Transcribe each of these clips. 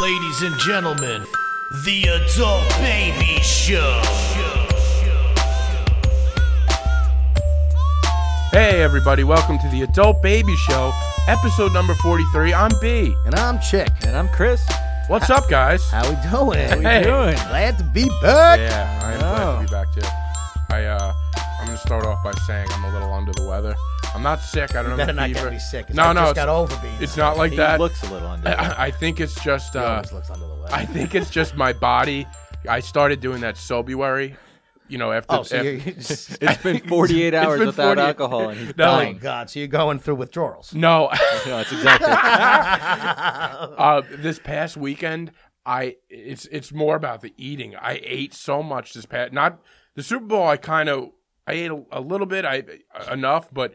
Ladies and gentlemen, the Adult Baby Show. Hey, everybody, welcome to the Adult Baby Show, episode number 43. I'm B. And I'm Chick. And I'm Chris. What's up, guys? How we doing? Hey. doing? Glad to be back. Yeah, I am Oh. glad to be back, too. I, uh, I'm going to start off by saying I'm a little under the weather. I'm not sick. I don't You know. better not get me sick. 'cause No, I no, just it's- got over being It's sick. not like He that. looks a little under. it. I, I think it's just, He uh, always looks under the weather. I think it's just my body. I started doing that Sobuary, you know, after. oh, so after- you're, you're just- it's been 48 hours been without 48 alcohol, and he's No. oh my dying. God! So you're going through withdrawals? no, No, it's exactly. uh, this past weekend, I it's it's more about the eating. I ate so much this past not the Super Bowl. I kind of I ate a, a little bit, I enough, but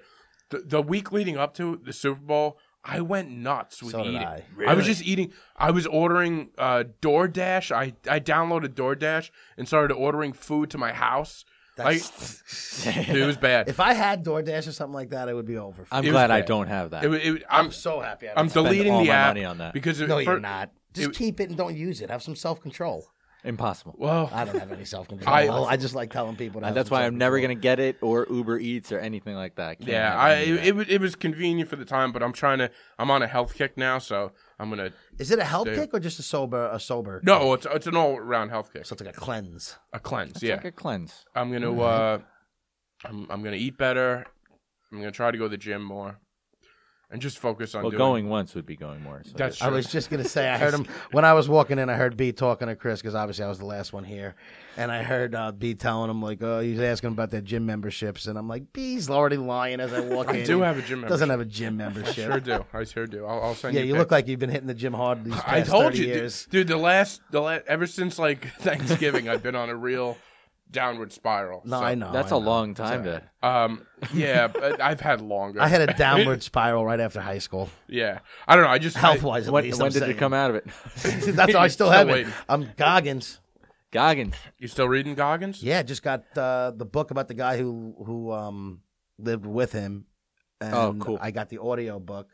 the, the week leading up to the Super Bowl, I went nuts with So did eating. I. was just eating. I was ordering uh, DoorDash. I I downloaded DoorDash and started ordering food to my house. Like it was bad. If I had DoorDash or something like that, it would be over. I'm It was glad I bad. don't have that. It, wa- it, I'm I'm so happy. I I'm don't- deleting all the my app money on that. because it, no, you're for- not. Just it- keep it and don't use it. Have some self control. Impossible. Well, I don't have any self control. I- I, just like telling people. to have And Uh, that's some why I'm never self-control. gonna get it or Uber Eats or anything like that. I can't Yeah, have I any of that. it, wa- it was convenient for the time, but I'm trying to. I'm on a health kick now, so I'm gonna. Is it a help Stay- kick or just a sober? A sober? No, it's it's an all round health kick, So it's like a cleanse. a cleanse. It's yeah, like a cleanse. I'm gonna. Mm-hmm. Uh, I'm I'm gonna eat better. I'm gonna try to go to the gym more, and just focus on Well, doing. going once would be going more. So That's I true. was just gonna say, I heard him when I was walking in. I heard B talking to Chris because obviously I was the last one here, and I heard uh, B telling him like, "Oh, he's asking about their gym memberships," and I'm like, "B's already lying." As I walk in, I do have a gym doesn't membership. have a gym membership. Sure do. I sure do. I'll, I'll send yeah, you. you pics. look like you've been hitting the gym hard these past I told 30 you, dude- years. Dude, The last the la- ever since like Thanksgiving, I've been on a real downward spiral. No, so, I know. that's I a know. long time to. Um, yeah, but I've had longer. I had a downward spiral right after high school, yeah, I don't know. I just I- health wise. When, when did you come out of it? that's why I still Still have it. waiting. I'm Goggins. Goggins. You still reading Goggins? Yeah, just got uh, the book about the guy who who um, lived with him. And Oh, cool. I got the audio book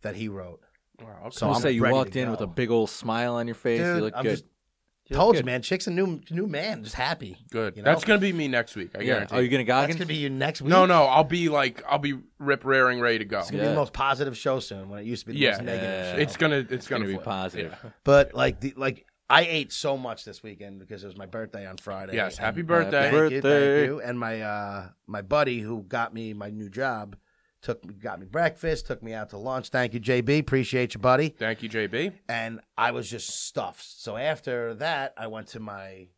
that he wrote. Wow, okay. So I'll I'm say you ready to walked in with go. a big old smile on your face. you Dude, look I'm good. just- You look Told you, good. man. Chick's a new new man, just happy. good. You know? That's gonna be me next week. I Yeah. guarantee. Are Oh, you gonna That's Goggins? gonna be you next week. no, no. I'll be like, I'll be rip raring, ready to go. It's gonna be Yeah. the most positive show soon when it used to be the Yeah. most negative Yeah. show. It's gonna, it's, It's gonna, gonna be flip. positive. but like the like I ate so much this weekend because it was my birthday on Friday. Yes. and- Happy birthday. Thank birthday. you, thank you. And my uh my buddy who got me my new job took me got me breakfast, took me out to lunch. Thank you, JB. Appreciate you, buddy. Thank you, JB. and I was just stuffed. So after that, I went to my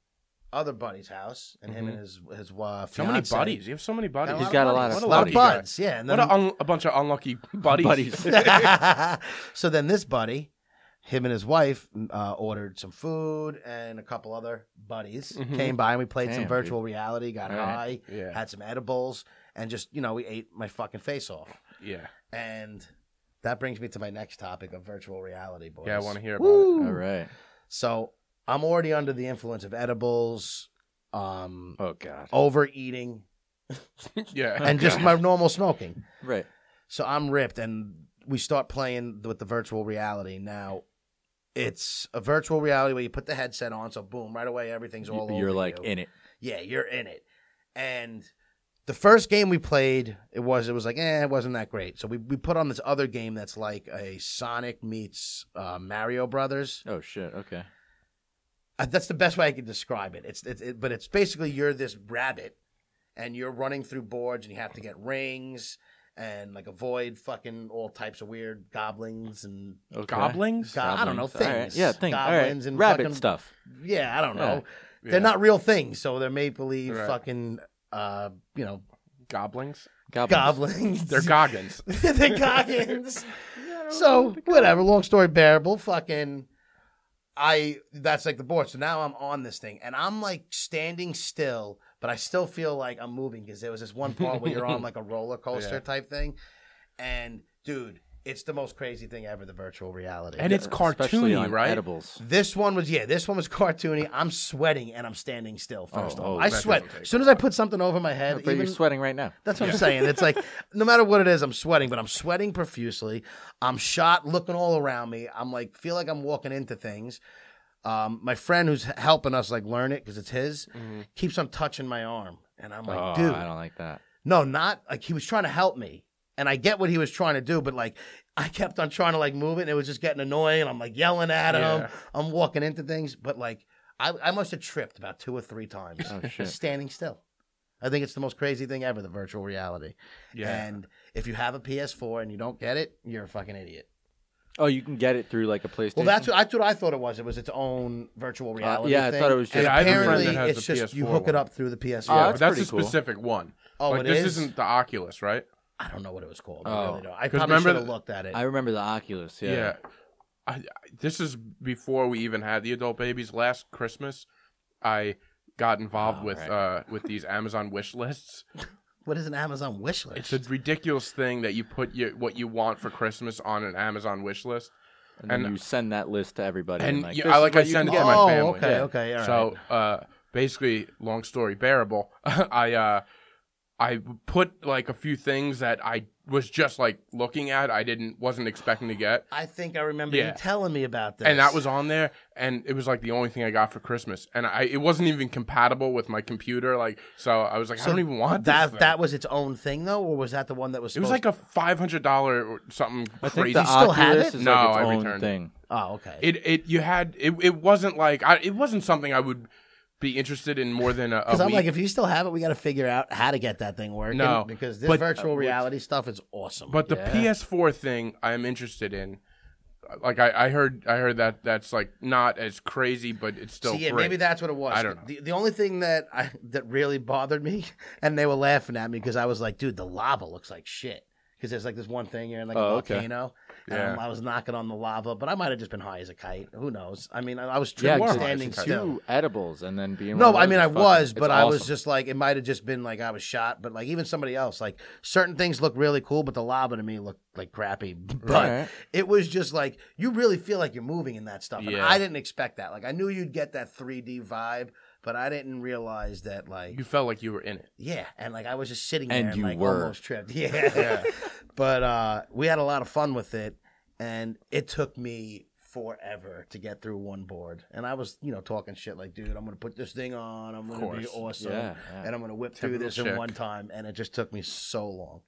other buddy's house, and him and his his Mm-hmm. wife. So many buddies. You have so many buddies. He's got a lot What of a lot buddies. of buds. Yeah, and What then, a, un- a bunch of unlucky buddies. Buddies. so then this buddy, him and his wife uh, ordered some food, and a couple other buddies Mhm. came by, and we played some Damn, virtual reality, got All high, right. yeah, had some edibles, and just you know we ate my fucking face off. yeah, And that brings me to my next topic of virtual reality, boys. yeah. I want to hear about it. Woo! All right. So I'm already under the influence of edibles, um, Oh God. overeating, Yeah, and just my normal smoking. Right. So I'm ripped, and we start playing with the virtual reality. Now, it's a virtual reality where you put the headset on, so boom, right away everything's all You're over like you. in it. Yeah, you're in it. And the first game we played, it was it was like, eh, it wasn't that great. So we, we put on this other game that's like a Sonic meets uh, Mario Brothers. Oh shit. Okay. Uh, that's the best way I could describe it. It's it's it, but it's basically you're this rabbit, and you're running through boards, and you have to get rings and like avoid fucking all types of weird goblins and okay. goblings. go- I don't know Goblins. All right. things. Yeah, things. All Goblins right. and Rabbit fucking- stuff. Yeah, I don't know. Yeah. They're not real things, so they're make believe Right. fucking uh you know goblings. Goblins. goblins. They're goggins. the Goggins. so whatever. Long story bearable. Fucking, I. That's like the board. So now I'm on this thing, and I'm like standing still, but I still feel like I'm moving because there was this one part where you're on like a roller coaster Yeah. type thing, and dude, It's the most crazy thing ever. The virtual reality. And it's Especially cartoony, on right? Edibles. This one was yeah. This one was cartoony. I'm sweating and I'm standing still. First Oh, off, oh, I that sweat doesn't take as soon as I put something over my head. But you're even- sweating right now. that's what I'm saying. It's like no matter what it is, I'm sweating, but I'm sweating profusely. I'm shot, looking all around me. I'm like feel like I'm walking into things. Um, my friend who's h- helping us like learn it because it's his keeps on touching my arm, and I'm like, Mm-hmm. oh, dude, I don't like that. no, not like he was trying to help me. And I get what he was trying to do, but like I kept on trying to like move it and it was just getting annoying. I'm like yelling at him. Yeah. I'm walking into things, but like I, I must have tripped about two or three times Oh, just shit. standing still. I think it's the most crazy thing ever, the virtual reality. Yeah. And if you have a PS4 and you don't get it, you're a fucking idiot. Oh, you can get it through like a PlayStation. Well, that's what I, that's what I thought it was. It was its own virtual reality. yeah, I thing. thought it was And just- Uh, Yeah, I have a friend that apparently has it's the just you PS4 hook it one. up through the PS4. Oh, Yeah, that's but that's a pretty cool. specific one. oh, like it this is? isn't the Oculus, right? I don't know what it was called. I Oh. really don't. I 'Cause probably remember should have the- looked at it. I remember the Oculus. Yeah. I, I, this is before we even had the adult babies. Last Christmas, I got involved Oh, with right. uh, with these Amazon wish lists. What is an Amazon wish list? It's a ridiculous thing that you put your, what you want for Christmas on an Amazon wish list. And, then And- you send that list to everybody. and like, you- this I is like what I you send it can to get. my oh, family. okay, Yeah. okay, all right. so uh, basically, long story bearable. I uh, I put like a few things that I was just like looking at. I didn't wasn't expecting to get. I think I remember you Yeah. telling me about this. and that was on there and it was like the only thing i got for christmas and i it wasn't even compatible with my computer like so i was like i don't even want that. this thing. That was its own thing, though, or was that the one that was? it was supposed- like a $500 or something I crazy think the still have Oculus it? is No, like its I own returned it. thing. oh, okay. it it you had it, it wasn't like I, it wasn't something i would be interested in more than a, a because I'm week. like, if you still have it, we got to figure out how to get that thing working. No, because this but- uh, virtual reality stuff is awesome. but the Yeah. ps4 thing i'm interested in like I, I heard i heard that that's like not as crazy but it's still See, yeah, great. maybe that's what it was. I don't know. The, the only thing that I, that really bothered me, and they were laughing at me because I was like, dude, the lava looks like shit. Because there's like this one thing here, like a Oh, okay. volcano, and Yeah. I'm- I was knocking on the lava, but I might have just been high as a kite. Who knows? I mean, I, I was Yeah, tripping, because it's standing two still. Two edibles and then being. No, one of I those mean I is fucking- was, it's but I was awesome. just like it might have just been like I was shot, but like even somebody else, like certain things look really cool, but the lava to me looked like crappy. But Right. it was just like you really feel like you're moving in that stuff, and Yeah. I didn't expect that. Like I knew you'd get that 3D vibe, but I didn't realize that like you felt like you were in it yeah, and like I was just sitting there And and you like were. almost tripped. Yeah. But uh we had a lot of fun with it and it took me forever to get through one board. And I was, you know, talking shit like, dude, I'm gonna put this thing on, I'm gonna be course. awesome Yeah, yeah. and I'm gonna whip through Typical this in chick. one time and it just took me so long.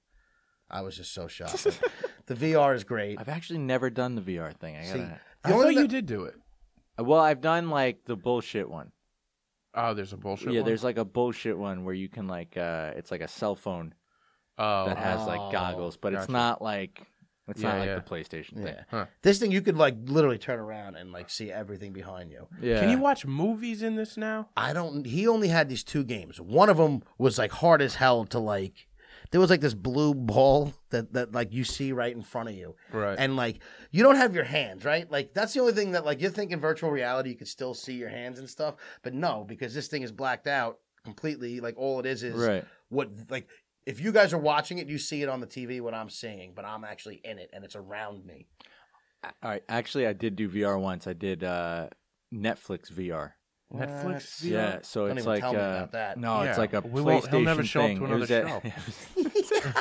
I was just so shocked. the VR is great. I've actually never done the VR thing. I See, gotta. i the only thought you thing- did do it Well, I've done like the bullshit one. oh there's a bullshit yeah, one? there's like a bullshit one where you can like, uh it's like a cell phone oh that has like goggles, but it's gotcha. not like it's Yeah, not like yeah. the PlayStation thing. Yeah. Huh. This thing you could like literally turn around and like see everything behind you. Yeah. Can you watch movies in this now? I don't. He only had these two games. One of them was like hard as hell to like. There was like this blue ball that that like you see right in front of you, Right. and like you don't have your hands, right? Like that's the only thing that like you're thinking virtual reality, you could still see your hands and stuff, but no, because this thing is blacked out completely. Like all it is is Right. what like if you guys are watching it, you see it on the TV what I'm seeing, but I'm actually in it and it's around me. All right. Actually, I did do VR once. I did uh Netflix VR. Netflix. VR? Yeah, so Don't it's even like tell me uh, about that. no, Yeah. it's like a We PlayStation won't- he'll never show up to thing. it another was at,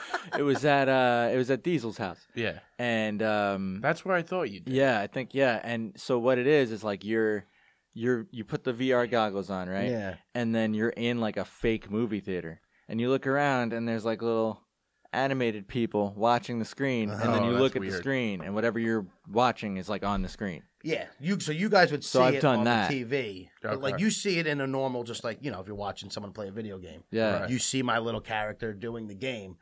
it was at uh, it was at Diesel's house, Yeah. and um, That's where I thought you did. yeah, I think yeah, and so what it is is like you're you're you put the VR goggles on, right? Yeah. and then you're in like a fake movie theater, and you look around, and there's like little animated people watching the screen, and then Oh, you that's look at the weird. screen, and whatever you're watching is like on the screen. Yeah, you. So you guys would see So I've it done on that. the TV, but like Okay. you see it in a normal, just like you know, if you're watching someone play a video game, Yeah, Right. you see my little character doing the game.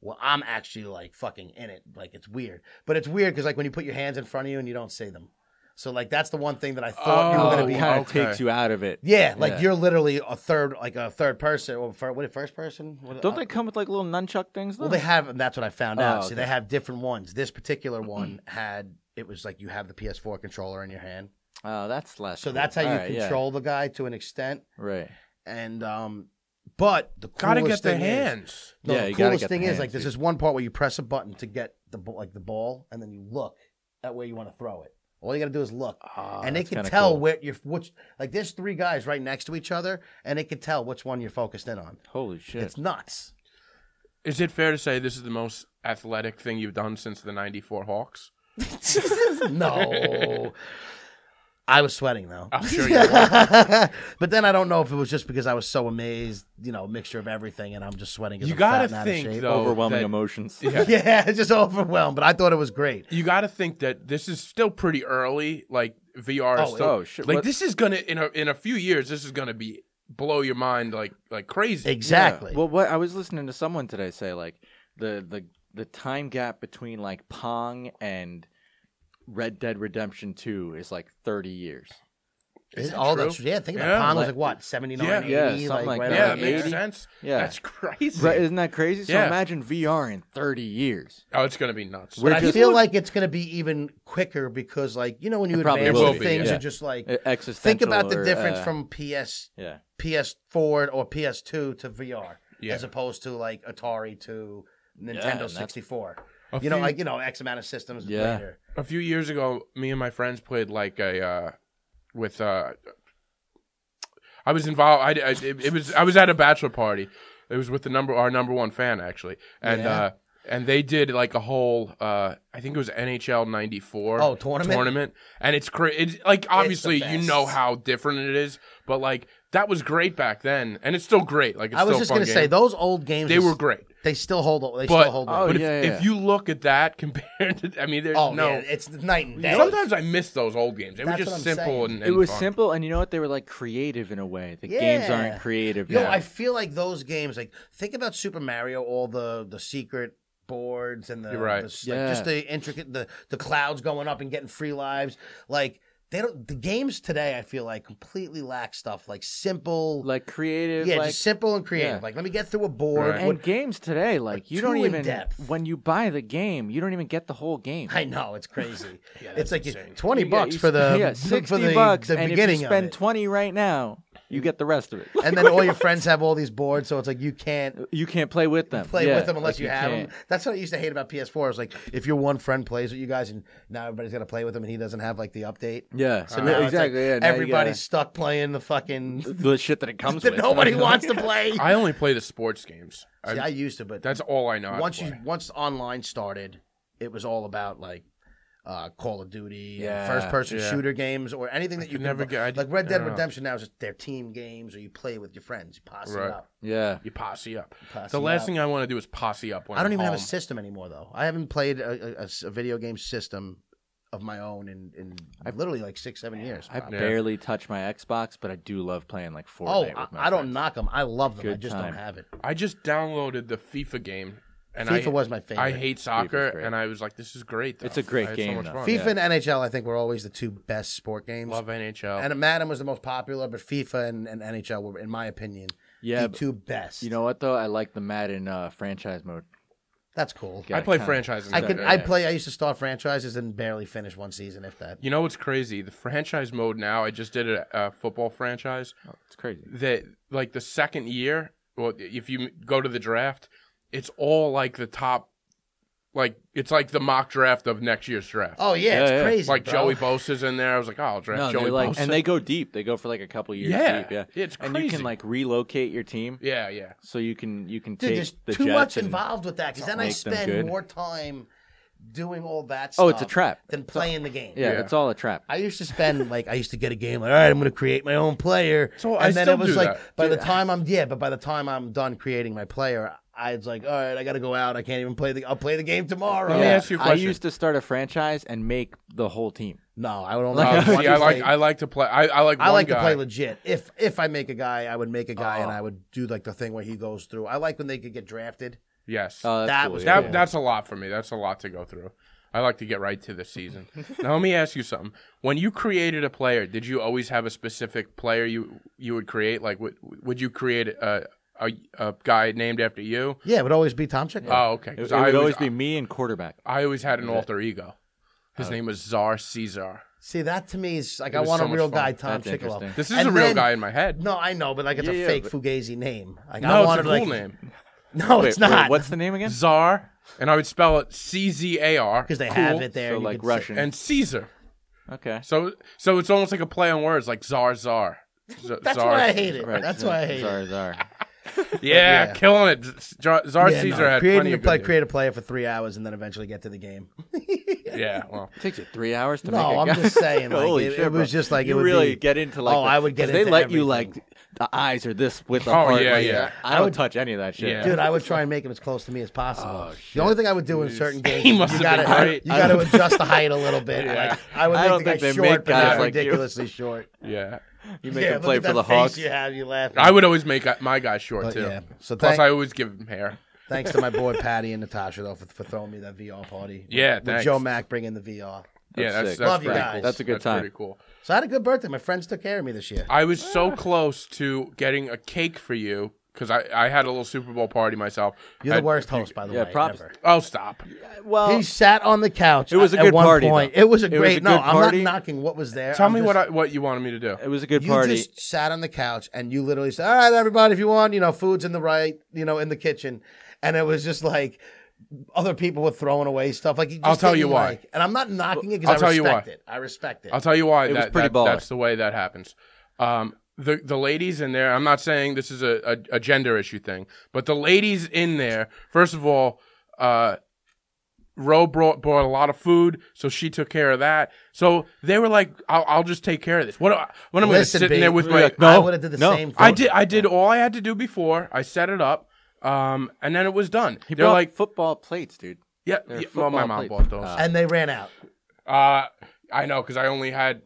Well, I'm actually like fucking in it. Like it's weird, but it's weird because like when you put your hands in front of you and you don't see them. So like that's the one thing that I thought you Oh, were it gonna be. kind of okay. takes you out of it. Yeah, like Yeah. you're literally a third, like a third person, or fir- what? First person? What- Don't uh, they come with like little nunchuck things? Though? Well, they have, and that's what I found Oh, out. See, okay. they have different ones. This particular one had it was like you have the PS4 controller in your hand. Oh, that's less. So cool. that's how you All right, yeah. control the guy to an extent. Right. And um, But the coolest Gotta get the thing is- hands. no, Yeah, the you gotta coolest get the thing is like hands, there's dude. this one part where you press a button to get the ball, like the ball, and then you look at where you want to throw it. All you gotta do is look, Ah, and they Ah, that's can kinda tell cool. where you're. Which like there's three guys right next to each other, and they can tell which one you're focused in on. Holy shit! It's nuts. Is it fair to say this is the most athletic thing you've done since the '94 Hawks? no. I was sweating though. I'm sure you were. but then I don't know if it was just because I was so amazed, you know, mixture of everything, and I'm just sweating. 'cause You I'm gotta fat and out of think shape. though. Overwhelming Oh, that- emotions. Yeah. Yeah, just overwhelmed. But I thought it was great. You got to think that this is still pretty early. Like VR is Oh, still. oh, shit. Like What- this is gonna in a in a few years. This is gonna be blow your mind like like crazy. Exactly. Yeah. Well, what I was listening to someone today say like the the the time gap between like Pong and Red Dead Redemption 2 is like 30 years. Is that all true? that's yeah. Think about Yeah. Pong was Like- like what 79, Yeah. 80, Yeah, something like right that. on yeah, the it makes 80. sense. Yeah. that's crazy. Right, isn't that crazy? So Yeah. imagine VR in 30 years. Oh, it's gonna be nuts. We're But I just- feel like it's going to be even quicker because, like, you know, when you probably advance, will the be, things yeah. are just like. Uh, Existential. Think about the or, difference uh, from PS Yeah. PS4 or PS2 to VR, Yeah. as opposed to like Atari to and Nintendo that's- 64. A You know, few- like you know, X amount of systems Yeah. later. a few years ago, me and my friends played like a uh, with. Uh, I was involved. I, I it, it was I was at a bachelor party. It was with the number our number one fan actually, and Yeah. uh, and they did like a whole. Uh, I think it was NHL '94. Oh, tournament? tournament, and it's cra- it's like obviously you best. know how different it is, but like that was great back then, and it's still great. Like it's I was still a just fun gonna say game. those old games. they is- were great, They still hold. They but, still hold. Oh, but if, yeah, yeah. if you look at that compared to, I mean, there's oh no. no, it's night and day. Sometimes I miss those old games. They were That's just what I'm simple saying. and, It and was fun. simple, and you know what? They were like creative in a way. The games Yeah. aren't creative. Yo, now. I feel like those games. Like think about Super Mario, all the the secret boards and the, You're right. the s- like, just Yeah. the intricate the the clouds going up and getting free lives. Like they don't the games today. I feel like completely lack stuff like simple. like creative. yeah, like, just simple and creative. yeah. Like let me get through a board. Right. and What- games today, like you too don't even in-depth. when you buy the game, you don't even get the whole game. I know it's crazy. that's it's like you- insane. twenty You get- bucks you for the sp- yeah, sixty for the, bucks, the and beginning if you of spend it. twenty right now, you get the rest of it. and then all your friends have all these boards, so it's like you can't you can't play with them. play Yeah, with them unless like you, have can't. them. That's what I used to hate about PS4. Is like if your one friend plays with you guys, and now everybody's got to play with him, and he doesn't have like the update. Yeah, So now it's, like, exactly. yeah, now you everybody's stuck playing the fucking gotta- the shit that it comes that with. nobody wants to play. I only play the sports games. I, See, I used to, but that's all I know. how to once you play. once online started, it was all about like uh, Call of Duty, Yeah, first person yeah. shooter games, or anything that you could can never get- I- like Red I Dead don't know. Redemption now is just their team games, or you play with your friends, you posse Right. up. Yeah, you posse up. Posse the last up. thing I want to do is posse up. When I don't I'm even have a home. system anymore, though. I haven't played a, a- a s- a video game system of my own in, in literally like six, seven years. I probably. barely touch my Xbox, but I do love playing like Fortnite. oh, with I, my I don't friends. knock them. I love them. I Good just time. don't have it. I just downloaded the FIFA game, and FIFA I was my favorite. I hate soccer, great. and I was like, this is great. Though. It's a great I had game, So much though. fun. FIFA yeah. and NHL. I think were always the two best sport games. Love NHL. and Madden was the most popular, but FIFA and, and NHL were, in my opinion, Yeah, the but two best. you know what though? I like the Madden uh, franchise mode. that's cool. I Yeah, play kinda. franchises. I could. better. I play. I used to start franchises and barely finish one season, if that. You know what's crazy? The franchise mode now. I just did a, a football franchise. It's crazy. that like the second year, well, if you go to the draft, it's all like the top, like it's like the mock draft of next year's draft. Oh yeah, Yeah, it's yeah. crazy. like bro. Joey Bosa's in there. I was like, oh, I'll draft No, Joey they're like, Bosa. and they go deep. They go for like a couple years Yeah. deep. Yeah, It's and you crazy. can like relocate your team, yeah, yeah. so you can you can Dude, take there's the too Jets much and- involved with that because then I Make them spend good. more time doing all that stuff. Oh, it's a trap. Than playing the game. Yeah, Yeah. it's all a trap. I used to spend like I used to get a game like all right I'm going to create my own player So and I then still it was do like that. by the time I'm yeah but by the time I'm done creating my player I was like all right I got to go out I can't even play the I'll play the game tomorrow Let me Yeah. ask you a question. I used to start a franchise and make the whole team. no I would only Uh, I would see, I like play- I like to play. I, I like I one like guy. to play legit if if I make a guy I would make a guy and I would do like the thing where he goes through I like when they could get drafted yes, Oh, that's That cool, was yeah. that that's a lot for me. That's a lot to go through. I like to get right to the season. now let me ask you something. When you created a player, did you always have a specific player you you would create? Like, would would you create a a, a guy named after you? yeah it would always be Tom Chick Oh, okay. It, it 'Cause would I always always, be me and quarterback. Uh, I always had an alter ego. His name was Czar Caesar. See, that to me is like I was want so a much real fun. guy, Tom That's Chicolo. interesting. This is And a real then- guy in my head. No, I know, but like it's Yeah, a yeah, fake but- Fugazi name. Like, I No, it's a wanted, cool like, name. No, Wait, it's not. wait, what's the name again? Czar, and I would spell it C Z A R because they cool, have it there. So you like could say- Russian. and Caesar. okay. So so it's almost like a play on words, like czar czar. Z- That's czar. why I hate it. Right. That's why I hate Czar, it. czar. Yeah, Yeah. killing it. Z- Czar czar Yeah, no, Caesar had creating plenty the of play, good create a player for three hours and then eventually get to the game. names. Yeah, well, takes you three hours to make a no, I'm guy. just saying. Like, Holy it, shit, it bro. was just like you it would really be, get into like. Oh, the- I would get 'cause They into let you everything. like the eyes are this with the Oh, heart. yeah, like, yeah. I don't touch any of that shit. Yeah. Oh, Dude, I would try and make him as close to me as possible. the only thing I would do in certain games, He must you have been gotta great. you gotta adjust the height a little bit. Yeah. Like, I would I make don't the guy think they short, make but not guys like you. ridiculously short. yeah. You make yeah, him play look at for that the face Hawks. You have you laughing. I would always make uh, my guy short But too. yeah, so Plus, thank- I always give him hair. Thanks to my boy Patty and Natasha though for, for throwing me that VR party. Yeah, with, thanks. Joe Mack bringing the VR. yeah, That's that's, sick. that's Love you pretty guys. Cool. That's a good time. Pretty cool. So I had a good birthday. My friends took care of me this year. I was so Ah. close to getting a cake for you because I, I had a little Super Bowl party myself. You're I- the worst host, by the yeah, way. props. ever. Oh, stop. Well, He sat on the couch. It was a at good one party, Point. though. It was a It was great. a no, good I'm party. not knocking what was there. Tell I'm me just- what I, what you wanted me to do. it was a good You party. just sat on the couch and you literally said, "All right, everybody, if you want, you know, food's in the right, you know, in the kitchen," and it was just like other people were throwing away stuff. Like you just I'll tell you didn't why. like- and I'm not knocking it I'll because I tell you respect why. it. I respect it. I'll tell you why. It was that, pretty that- baller. That's the way that happens. Um, the the ladies in there. I'm not saying this is a, a, a gender issue thing, but the ladies in there. First of all, uh, Ro brought brought a lot of food, so she took care of that. So they were like, "I'll, I'll just take care of this." What do I- when am I Listen, sitting B, there with my? like, I No, would have did the no. same. thing. I did I did all I had to do before. I set it up, um, and then it was done. He They're brought like, football plates, dude. "Yeah, they're yeah, well, my football mom bought plates. those." Uh, and they ran out. Uh, I know because I only had.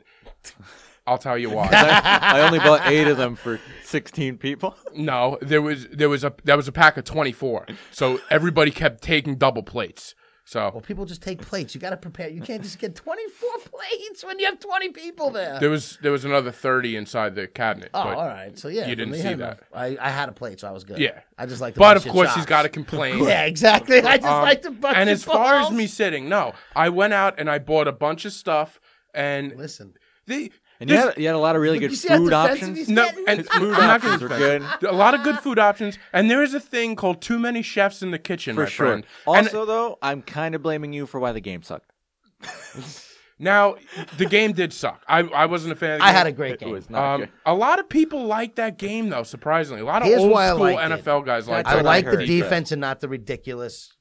I'll tell you why. I, I only bought eight of them for sixteen people. No, there was there was a that was a pack of twenty four. So everybody kept taking double plates. So Well, people just take plates. You got to prepare. You can't just get 24 plates when you have 20 people there. there was there was another thirty inside the cabinet. Oh, but, all right. So yeah, you didn't we see had that. enough. I, I had a plate, so I was good. Yeah. I just like. to but of bust your course he's chops. got to complain. Yeah, exactly. I just like to bust and your as far as balls. me sitting, no, I went out and I bought a bunch of stuff and listen, the. And you this- had, you had a lot of really Look, good you see how food defensive options. he's- no, and His food I'm not gonna options were defend- A lot of good food options, and there is a thing called too many chefs in the kitchen, for my sure. friend. And- Also, though, I'm kind of blaming you for why the game sucked. Now, the game did suck. I, I wasn't a fan. Of the I game. had a great game. was not Um, good. a lot of people like that game though. Surprisingly, a lot of Here's old why I school liked it. NFL guys like That's I that. what I like the heard. defense and not the ridiculous.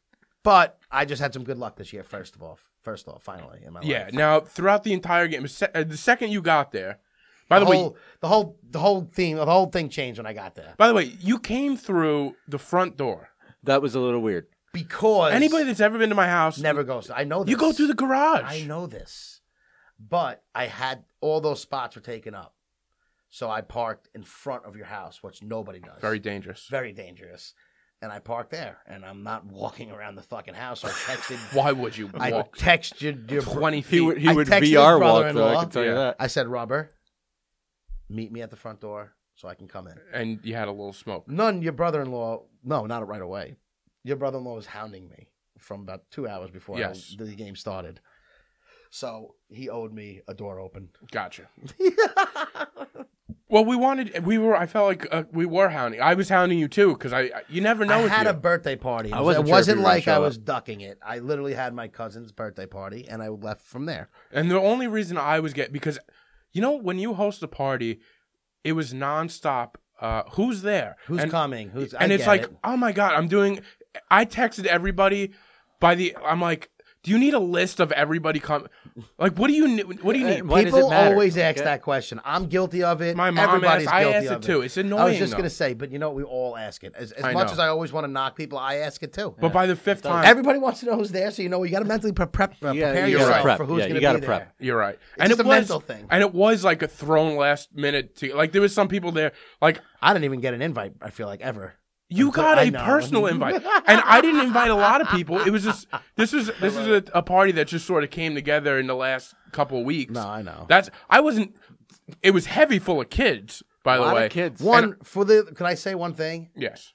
But I just had some good luck this year. First of all, first off, finally in my yeah. life. Now, throughout the entire game, se- uh, the second you got there, by the, the way, whole, the whole the whole theme, the whole thing changed when I got there by the way, you came through the front door. That was a little weird. because Anybody that's ever been to my house, never goes. I know this. you go through the garage. I know this, but I had all those spots were taken up, so I parked in front of your house, which nobody does. Very dangerous. very dangerous. And I parked there, and I'm not walking around the fucking house. So I texted. Why would you I walk texted your bro- twenty feet? He would he I would texted his VR walk though. brother-in-law. I can tell you Yeah. that. I said, Robert, meet me at the front door so I can come in. and you had a little smoke. None, your brother in law, no, not right away. Your brother in law was hounding me from about two hours before Yes. the game started. So he owed me a door open. Gotcha. Well, we wanted. We were. I felt like uh, we were hounding. I was hounding you too because I, I- You never know. I with had you. a birthday party. I It wasn't sure it if wasn't you were gonna like show I up. was ducking it. I literally had my cousin's birthday party and I left from there. And the only reason I was get because, you know, when you host a party, it was nonstop. Uh, who's there? Who's and, coming? Who's I And it's get like, it. oh my god, I'm doing. I texted everybody by the. I'm like, do you need a list of everybody coming? Like, what do you ne- what do you Uh, need? why does it People matter? always ask Okay. that question. I'm guilty of it. My mom Everybody's asked. I guilty asked it of too. It's annoying. I was just though. gonna say, but you know, what? we all ask it. As, as I much know. as I always want to knock people, I ask it too. But by the fifth time, Everybody wants to know who's there, so you know you got to mentally pre- prep, uh, You gotta- prepare you gotta yourself prep. for who's Yeah, you going to gotta be prep. there. You're right. just it a was, mental thing. And it was like a thrown last minute to like there was some people there like I didn't even get an invite. I feel like ever. You got I a know. personal invite, and I didn't invite a lot of people. It was just this was this is a, a party that just sort of came together in the last couple of weeks. No, I know. That's I wasn't. It was heavy full of kids, by A the lot way. of kids. One for the. Can I say one thing? Yes,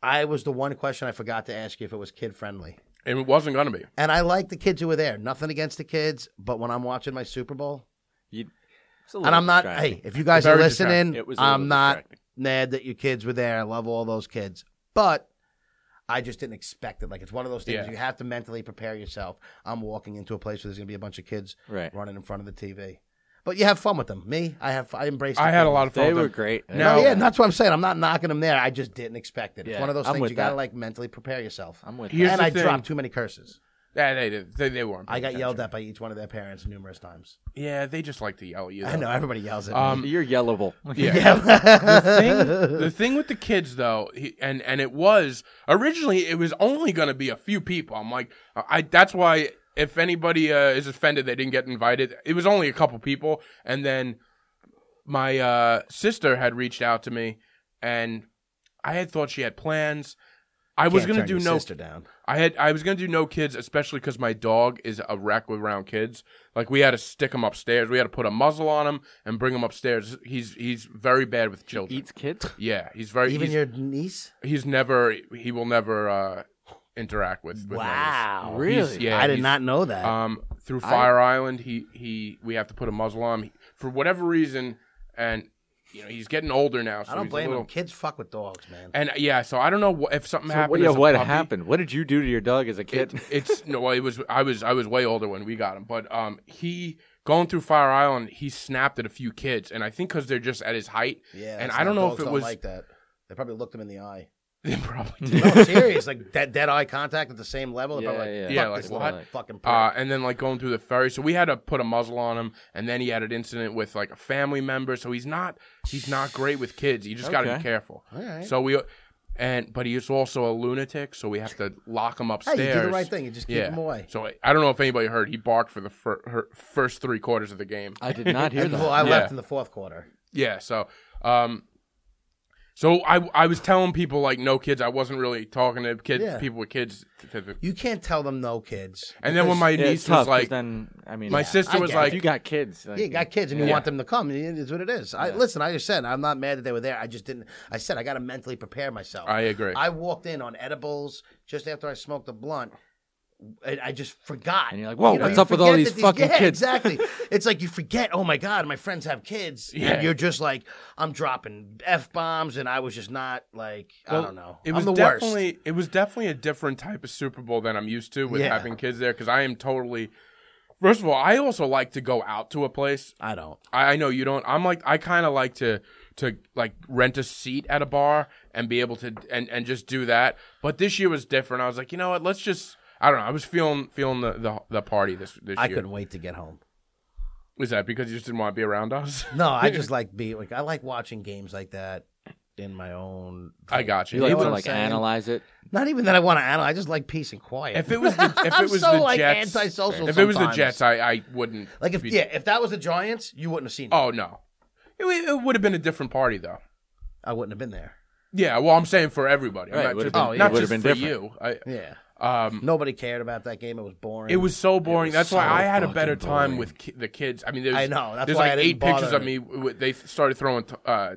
I was the one question I forgot to ask you if it was kid friendly. and it wasn't gonna be. And I like the kids who were there. Nothing against the kids, but when I'm watching my Super Bowl, You, it's a And little I'm not. distracting. Hey, if you guys are Very listening, distracting. It was a little I'm not distracting. mad that your kids were there. I love all those kids, but I just didn't expect it. Like it's one of those things Yeah. you have to mentally prepare yourself. I'm walking into a place where there's gonna be a bunch of kids Right. running in front of the TV, but you have fun with them. Me, I have. I embraced. I it. had a lot of fun. They with were them. great. Now- No, yeah, and that's what I'm saying. I'm not knocking them there. I just didn't expect it. It's Yeah, one of those I'm things with you gotta that. like mentally prepare yourself. I'm with Here's that. and the I thing. dropped too many curses. Yeah, they, did. they, they weren't. I paying got yelled attention. at by each one of their parents numerous times. Yeah, they just like to yell at you. I though. know everybody yells at me. Um, You're yellowable. yeah. the thing, the thing with the kids though, he, and and it was originally it was only going to be a few people. I'm like, I that's why if anybody uh, is offended they didn't get invited, it was only a couple people. And then my uh, sister had reached out to me, and I had thought she had plans. I was Can't going to turn do your no sister down. I had I was gonna do no kids, especially because my dog is a wreck with around kids. Like we had to stick him upstairs. We had to put a muzzle on him and bring him upstairs. He's he's very bad with children. Eats kids. yeah, he's very. Even he's, your niece? he's never. He will never uh, interact with. with Wow. others. He's- Really? yeah. I did he's- not know that. Um, through Fire Island, he he we have to put a muzzle on him He- for whatever reason, and you know he's getting older now. So I don't he's a blame little, him. Kids fuck with dogs, man. And uh, yeah, so I don't know what, if something So happened. what, yeah, as a what puppy. happened? What did you do to your dog as a kid? it's no well, it was i was i was way older when we got him but um he going through fire island he snapped at a few kids and i think because they're just at his height yeah, and that's i don't how know if dogs it don't was like that. They probably looked him in the eye. they Hmm. probably did. No, I'm serious. Like dead, dead eye contact at the same level. They're probably Yeah, like, yeah. fuck Yeah, this like, little what? fucking prick. uh, and then like going through the ferry so we had to put a muzzle on him and then he had an incident with like a family member so he's not he's not great with kids you just got to Okay. be careful All right. so we and but he is also a lunatic so we have to lock him hey, upstairs you did the right thing. You just keep him away. So I, I don't know if anybody heard. He barked for the fir- her first three quarters of the game. I did not hear And, that. well, I Yeah. left in the fourth quarter. Yeah, so um so I I was telling people like no kids. I wasn't really talking to kids Yeah. people with kids. t- t- t- You can't tell them no, kids. And then when because- my yeah, it's niece tough. was 'cause like then I mean, my yeah. sister I was get it. like if you got kids, like, Yeah, you got kids and you Yeah. want them to come. It is what it is. I listen. I just said I'm not mad that they were there. I just didn't. I said I got to mentally prepare myself. I agree. I walked in on edibles just after I smoked the blunt. and I just forgot. And you're like, whoa, You know, what's you up with all forget these that fucking yeah, kids? Exactly. it's like you forget. Oh my god, my friends have kids. Yeah. And you're just like, I'm dropping f bombs, and I was just not like, I don't know. It I'm was the worst. definitely it was definitely a different type of Super Bowl than I'm used to with Yeah. having kids there because I am totally. First of all, I also like to go out to a place. I don't. I, I know you don't. I'm like I kind of like to to like rent a seat at a bar and be able to and and just do that. But this year was different. I was like, you know what? Let's just. I don't know. I was feeling feeling the the, the party this this I year. couldn't wait to get home. Was that because you just didn't want to be around us? No, I just like be like I like watching games like that in my own. I got you. You like It to was- like analyze it. Not even that I want to analyze. I just like peace and quiet. If it was the, if I'm it was so the like Jets, antisocial. if it was the sometimes. Jets, I, I wouldn't. like if be- yeah, if that was the Giants, you wouldn't have seen. it. Oh no, it, w- it would have been a different party though. I wouldn't have been there. Yeah, Yeah, well, I'm saying for everybody. I'm Right, not it would've just- been- not it would've just been for different. you. I, um, Nobody cared about that game. It was boring. It was so boring. was that's why so I had a fucking better time boring. with ki- the kids. I mean, there's, I know, that's there's why like I didn't eight pictures bother. of me. w- They started throwing t- uh,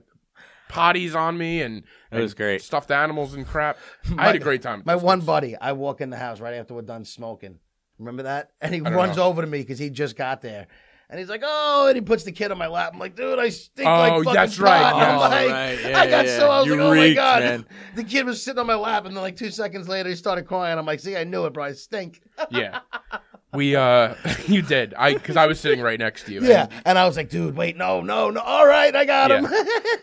potties on me and, That was and great. stuffed animals and crap. I had a great time. with My those one kids. buddy, I walk in the house right after we're done smoking. Remember that? And he don't runs know. over to me because he just got there. And he's like, oh, and he puts the kid on my lap. I'm like, dude, I stink like Oh, fucking that's pot. right, And I'm yes. like, Right, yeah, I got yeah, so, I was yeah. like, You oh reeked, my God. man. The kid was sitting on my lap. And then like two seconds later, he started crying. I'm like, see, I knew it, bro. I stink. Yeah, we uh, you did. I because I was sitting right next to you. yeah. And I was like, dude, wait, no, no, no. All right, I got him.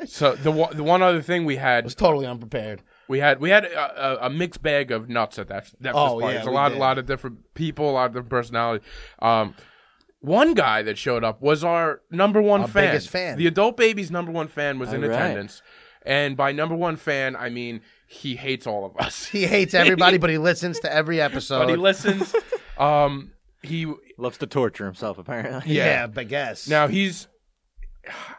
And so the wa- the one other thing we I had was totally unprepared. we had we had a, a, a mixed bag of nuts at that that Oh, oh, party. yeah, It's a we lot did. a lot of different people, a lot of different personalities. Um, one guy that showed up was our number one Our fan. biggest fan. The adult baby's number one fan was in All right. attendance, and by number one fan, I mean he hates all of us. He hates everybody, but he listens to every episode. but he listens. um, he Loves to torture himself, apparently. yeah. yeah, but guess. Now he's.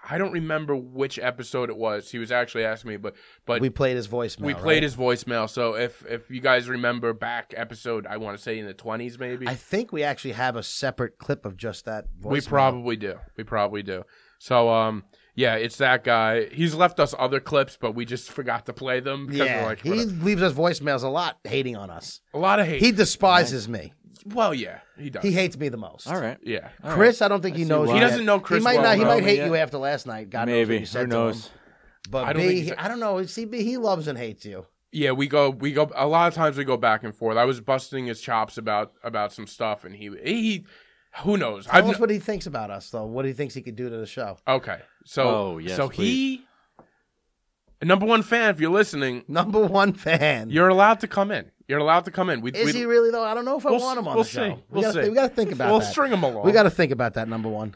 I don't remember which episode it was. He was actually asking me, but but we played his voicemail. we right? played his voicemail. So if if you guys remember back episode, I want to say in the twenties maybe. I think we actually have a separate clip of just that voice. we probably do. We probably do. So um yeah, it's that guy. He's left us other clips, but we just forgot to play them because yeah. we're like he leaves us voicemails a lot, hating on us. a lot of hate. He despises me. Well, yeah, he does. He hates me the most. All right. Yeah. All right. Chris, I don't think I he see knows. why. yet. He doesn't know Chris He might well not. He enough might hate yet. you after last night. God knows what Maybe. you Who said To knows? him. But I don't B, think he's- he- I don't know. See, B, he loves and hates you. Yeah, we go we go a lot of times we go back and forth. I was busting his chops about about some stuff and he he who knows. Tell I've us what he thinks about us, though. What he thinks he could do to the show. Okay. So Oh, yes, so he number one fan if you're listening, Number one fan. you're allowed to come in. You're allowed to come in. We, Is we- he really though? I don't know if I We'll want s- him on we'll the show. see. We We'll gotta, see. We got to think about We'll that. string him along. We got to think about that number one.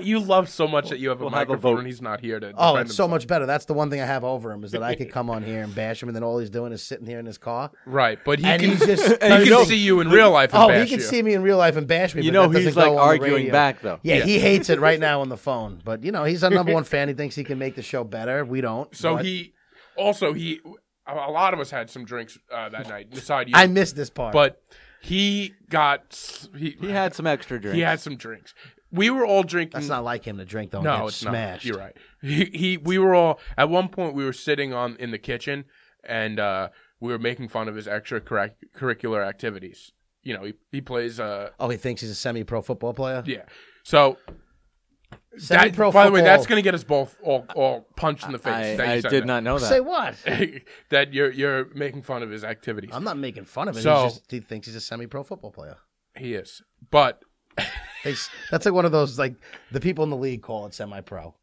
you love so much that you have a We'll have a microphone vote. and he's not here to Oh, defend it's so himself. much better. That's the one thing I have over him is that I could come on here and bash him, and then all he's doing is sitting here in his car. Right, but he And can he's just- he and can you know- see you in real life and Oh, he bash can you. see me in real life and bash me. You but know that doesn't he's, go like, on the arguing radio. back, though. Yeah, he hates it right now on the phone. But you know, he's our number one fan. He thinks he can make the show better. We don't. So but he also he a a lot of us had some drinks uh, that night beside you. I missed this part. but he got s- he, He had some extra drinks. he had some drinks. We were all drinking. that's not like him to drink though. and no, get it's Oh, not. smashed. You're right. He, he we were all at one point we were sitting on in the kitchen and uh, we were making fun of his extracurricular activities. You know, he he plays uh Oh, he thinks he's a semi-pro football player. yeah. So that, Semi-pro. by the way, football- that's going to get us both all, all punched in the face. I, that you I said did not know say that. what? that. that you're you're making fun of his activities. I'm not making fun of it. So- He's just, he thinks he's a semi-pro football player. He is, but They s- that's like one of those like the people in the league call it semi-pro.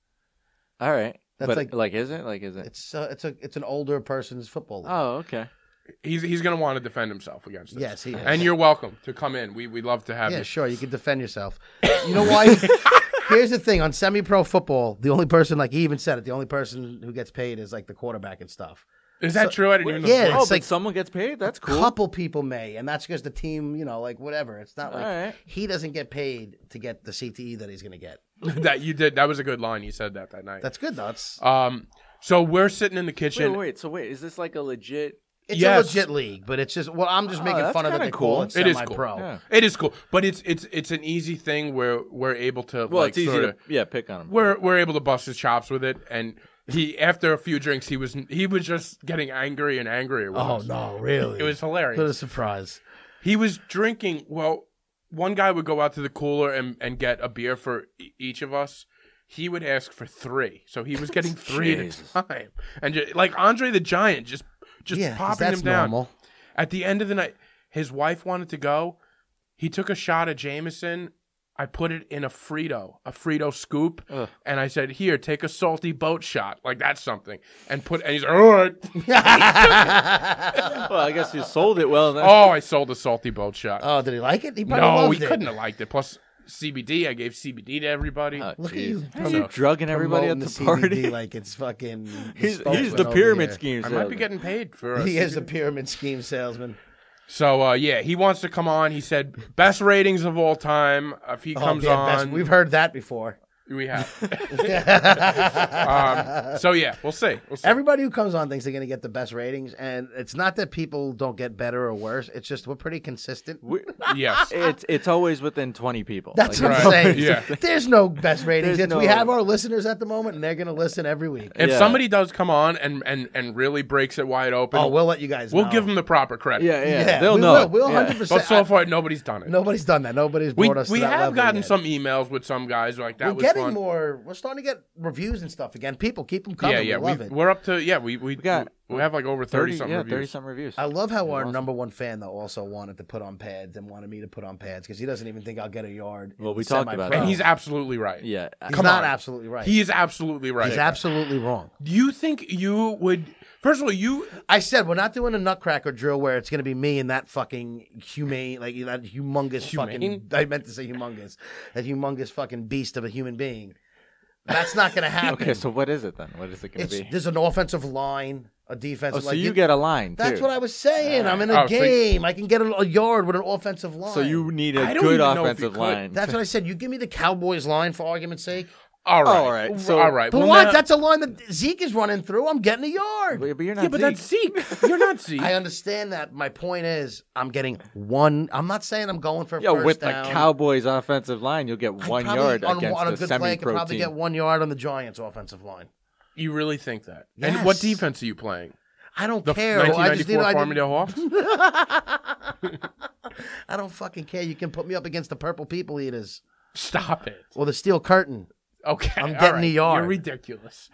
All right. That's but like- like, is it? Like, is it? It's uh, it's a it's an older person's football. League. Oh, okay. he's he's going to want to defend himself against this. yes, he is. And you're welcome to come in. We we'd love to have yeah, you. sure, you can defend yourself. You know why? Here's the thing on semi-pro football, the only person like he even said it, the only person who gets paid is like the quarterback and stuff. Is that true? I didn't even know. yeah, that. oh, it's but like- someone gets paid. That's cool. Couple people may, and that's because the team, you know, like whatever. It's not All like right. he doesn't get paid to get the CTE that he's going to get. that you did. That was a good line. You said that that night. That's good though. It's, um. So we're sitting in the Wait, kitchen. wait. So wait, is this like a legit? it's yes. a legit league, but it's just well, I'm just Oh, making that's fun of it. kinda They call cool. it It is semi-pro. cool. Yeah. It is cool, but it's it's it's an easy thing where we're able to. Well, like, it's easy sorta- to yeah pick on him. We're we're able to bust his chops with it, and he after a few drinks, he was he was just getting angry and angrier. With Oh us. no, really? It was hilarious. what a surprise. He was drinking. Well, one guy would go out to the cooler and, and get a beer for e- each of us. He would ask for three, so he was getting three at Jesus. a time, and ju- like Andre the Giant, just just yeah, 'cause popping that's him down. normal. At the end of the night, his wife wanted to go. He took a shot of Jameson. I put it in a Frito, a Frito scoop, Ugh. and I said, "Here, take a salty boat shot, like that's something." And put, and he's like, "All right." well, I guess you sold it well. Then. oh, I sold a salty boat shot. Oh, did he like it? He probably no, loved he it. couldn't have liked it. Plus CBD, I gave CBD to everybody. Oh, Look at jeez. you How you promote- drugging everybody at Promoting the, CBD party. like it's fucking. he's spokesman he's the over pyramid here. scheme. I might be salesman. getting paid for. A uh, He is the CBD. pyramid scheme salesman. So uh, yeah, he wants to come on. He said best ratings of all time. If he comes oh, man, on, best- We've heard that before. we have. um, so yeah, we'll see. We'll see. Everybody who comes on thinks they're going to get the best ratings, and it's not that people don't get better or worse. It's just we're pretty consistent. yes. It's it's always within twenty people. Like, That's what Right. I'm saying. Yeah. There's no best ratings. There's It's- We no- have our listeners at the moment, and they're going to listen every week. If Yeah. somebody does come on and, and, and really breaks it wide open, Oh, we'll, we'll let you guys. know. give them the proper credit. yeah, yeah, Yeah, They'll we know. Will. it. We'll Yeah. 100%. But so far, nobody's done it. Nobody's done that. Nobody's we brought us. we to that have level gotten yet. some emails with some guys like that We're was getting fun. more. We're starting to get reviews and stuff again. People keep them coming. yeah, yeah. We love We, it. we're up to yeah. We we, got- we have like over thirty, Thirty, something yeah, reviews. thirty some reviews. I love how our number one fan though also wanted to put on pads and wanted me to put on pads because he doesn't even think I'll get a yard. in Well, we the talked about semi-pro. and he's absolutely right. yeah, He's Come not on. absolutely right. He is absolutely right. he's absolutely wrong. Do you think you would? First of all, you I said we're not doing a nutcracker drill where it's going to be me and that fucking humane, like that humongous Humane? fucking. I meant to say humongous, that humongous fucking beast of a human being. That's not going to happen. Okay, so what is it then? What is it going it's, to be? there's an offensive line, a Oh, defensive so line. you get a line. That's too. what I was saying. I'm in a Oh, so you- game. I can get a, a yard with an offensive line. So you need I a don't good even know if you offensive could. line. That's what I said. You give me the Cowboys line for argument's sake. all right, all right, so- all right. But well, what? now- That's a line that Zeke is running through. I'm getting a yard. But but you're not. yeah, but that's Zeke. Zeke. You're not Zeke. I understand that. My point is, I'm getting one. I'm not saying I'm going for a Yeah, first with down. the Cowboys' offensive line, you'll get I'd one probably- yard on, against on a the good play. I could semi-pro probably team. get one yard on the Giants' offensive line. you really think that? Yes. And what defense are you playing? I don't The care. I just need. 1994 I didn't- Farmingdale Hawks. I don't fucking care. You can put me up against the purple people eaters Stop it. or the steel curtain. Okay, I'm all getting the yard. You're ridiculous.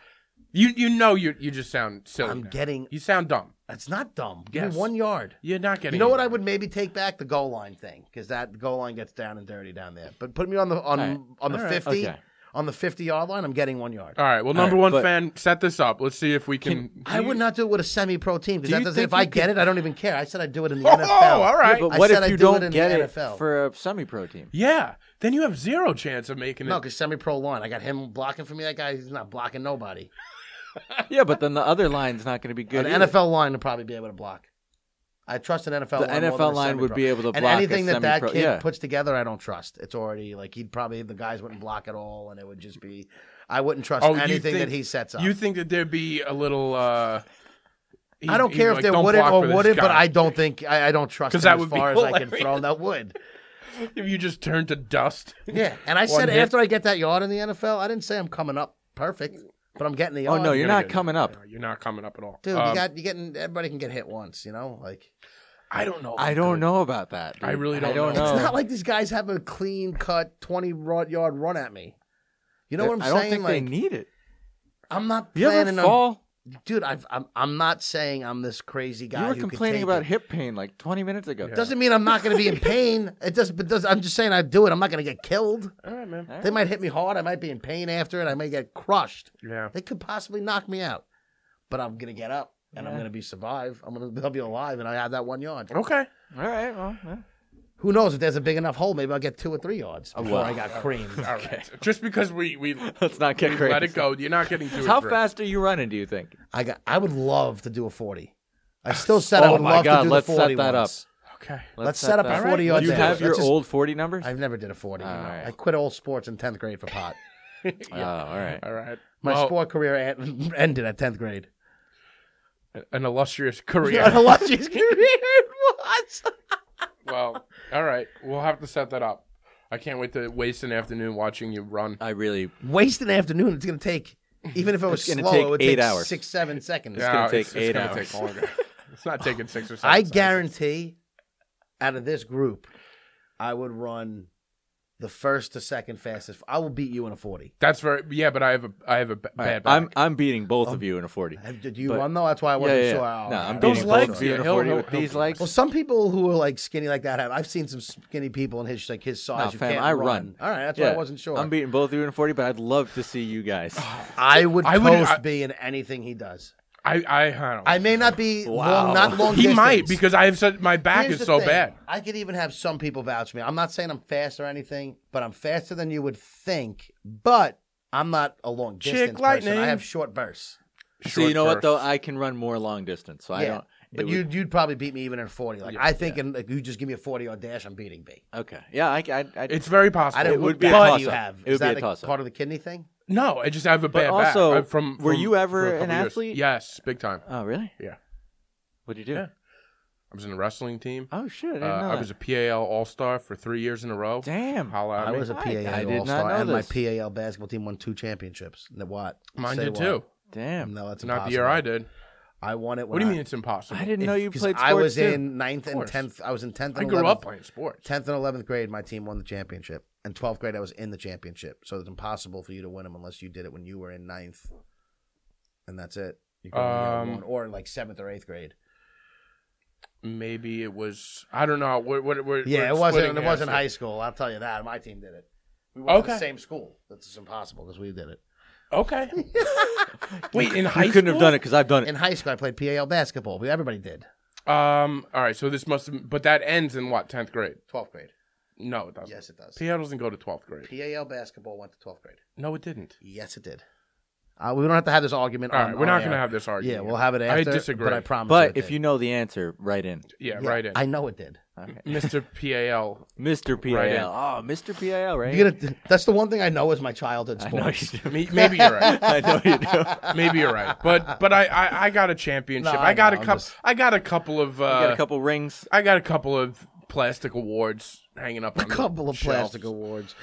You you know you you just sound silly. I'm now. getting- You sound dumb. That's not dumb. Give Yes. me one yard. You're not getting. You know what? I anywhere. would maybe take back the goal line thing because that goal line gets down and dirty down there. But put me on the on All right. on the All right. fifty Okay. on the fifty yard line. I'm getting one yard. All right. Well, number right, one but- fan, set this up. Let's see if we can. I would not do it with a semi pro team Do you because think if I you get it, I don't even care. I said I'd do it in the Oh, NFL. all right. But I what said if I'd you do it don't in the get it NFL. for a semi-pro team? Yeah. Then you have zero chance of making it. No, because semi pro line. I got him blocking for me. That guy, he's not blocking nobody. yeah, but then the other line's not going to be good. an either. NFL line would probably be able to block. I trust an NFL. The line more NFL than a line would semi-pro. be able to and block a anything that that semi-pro- kid yeah. puts together. I don't trust. It's already like he'd probably the guys wouldn't block at all, and it would just be. I wouldn't trust Oh, you anything think- that he sets up. You think that there'd be a little? uh he- I don't he'd care like, if they "Don't would it block for or this would it, but guy." I don't think I, I don't trust 'Cause him that as would be far as I can hilarious. throw him. That would. If you just turn to dust. Yeah, and I One said hit. after I get that yard in the NFL, I didn't say I'm coming up perfect, but I'm getting the Oh yard. no, you're gonna not get- coming up. No, You're not coming up at all, dude, Um, you got you getting everybody can get hit once, you know, like. I don't know. if I I'm don't good. know about that. I dude. really I don't don't know. know. It's not like these guys have a clean cut twenty ro- yard run at me. You know what I'm I don't saying? think like they need it. I'm not You planning ever fall? on, dude. I've, I'm I'm not saying I'm this crazy guy. You were who could complaining take about It. hip pain like 20 minutes ago. Doesn't mean I'm not going to be in pain. It doesn't. But does, I'm just saying I do it. I'm not going to get killed. All right, man. They might hit me hard. I might be in pain after it. I might get crushed. Yeah. They could possibly knock me out, but I'm going to get up and I'm going to be survive. I'm going to be alive and I have that one yard. Okay. All right. Well, yeah. Who knows if there's a big enough hole? Maybe I'll get two or three yards before well. I got creamed. All right. Just because we we let's not get crazy. let it go, you're not getting through. How fast are you running? Do you think? I got. I would love to do a forty. I still said I Oh would my love God, to do let's the set forty that up. once. Okay. Let's set up a that- 40 Do yard you dash. have your Let's just- old 40 numbers? I've never did a forty. All right. I quit all sports in tenth grade for pot. Oh, all right. All right. My Well, sport career en- ended at tenth grade. an illustrious I career. don't know what she's career was. well, all right. We'll have to set that up. I can't wait to waste an afternoon watching you run. I really. Waste an afternoon. It's gonna take. Even if it was It's gonna slow, take it would eight take hours. six, seven seconds. No, gonna take eight gonna hours. take longer. it's not taking six or seven. I seconds. guarantee, out of this group, I would run the first to second fastest. I will beat you in a forty. That's very yeah, but I have a I have a b- all bad right, back. I'm I'm beating both of you in a 40. Have- Did you But- run though? That's why I Yeah, wasn't yeah. Um, sure. No, I- I'm Those beating legs, both of you yeah, in a he'll- 40 he'll- with he'll these beat legs. Well, some people who are like skinny like that have. I've seen some skinny people in his like his size. Nah, you fam, can't I run. run. All right, that's why I wasn't sure. Oh, I'm beating both of you in a 40, but I'd love to see you guys. I would I I would- toast I- B in anything he does. I I, I don't. I may not be long, not long. he distance. might because I have such my back Here's is the so thing. bad. I could even have some people vouch for me. I'm not saying I'm fast or anything, but I'm faster than you would think. But I'm not a long distance person. lightning. I have short bursts. so you Short know what though? bursts. I can run more long distance, so I Yeah, don't. it But would- you'd, you'd probably beat me even in 40. Like I think, in, like, you just give me a 40 yard dash, I'm beating B. okay? Yeah, I. I, I It's very possible. I don't. It what would be a back do toss-up. you have? It would Is be a that toss-up. part of the kidney thing? no, I just have a But bad also, back. I- From, were from- you for a ever couple an years. athlete? Yes, big time. oh really? Yeah, What did you do? Yeah. I was in the wrestling team. Oh shit! I didn't Uh, know I that. was a PAL All Star for three years in a row. Damn. Holla at I me. was a I- PAL I did not All Star, know and this. my PAL basketball team won two championships. Now What? Mine Say did what? Um, too. Damn. No, that's Not impossible. the year I did. I won it. When What do you I- mean it's impossible? I didn't know you Because played sports I was too. in ninth Of and course. tenth. I was in tenth. I And grew 11th, up playing sports. Tenth and eleventh grade, my team won the championship. In twelfth grade, I was in the championship. So it's impossible for you to win them unless you did it when you were in ninth, and that's it. You could only Um, get one, or like seventh or eighth grade. Maybe it was. I don't know. What? What? what Yeah, we're it wasn't. splitting It wasn't hairs high here. school. I'll tell you that. My team did it. We went to Okay. the same school. That's just impossible because we did it Okay. Wait, in high you couldn't have done it because I've done it. in high school. I played PAL basketball. We everybody did. it. Um. All right. So this must. Have, but that ends in what? Tenth grade? Twelfth grade. No, it doesn't. Yes, it does. PL doesn't go to twelfth grade. PAL basketball went to twelfth grade. no, it didn't. Yes, it did. Uh, we don't have to have this argument. All on- right, we're on not air. going to have this argument. Yeah, we'll have it I after. disagree. But I promise. But it if did. you know the answer, write in, Yeah, Yeah, right in. I know it did. Mr. PAL. Mr. PAL. Oh, Mr. PAL, right? You're gonna, that's the one thing I know is my childhood I know sport. you do. May- Maybe you're right. I know you do. Maybe you're right. But but I I, I got a championship. No, I I got know, a I'm couple. just- I got a couple of. Uh, Got a couple rings. I got a couple of plastic awards hanging up. A couple of plastic awards.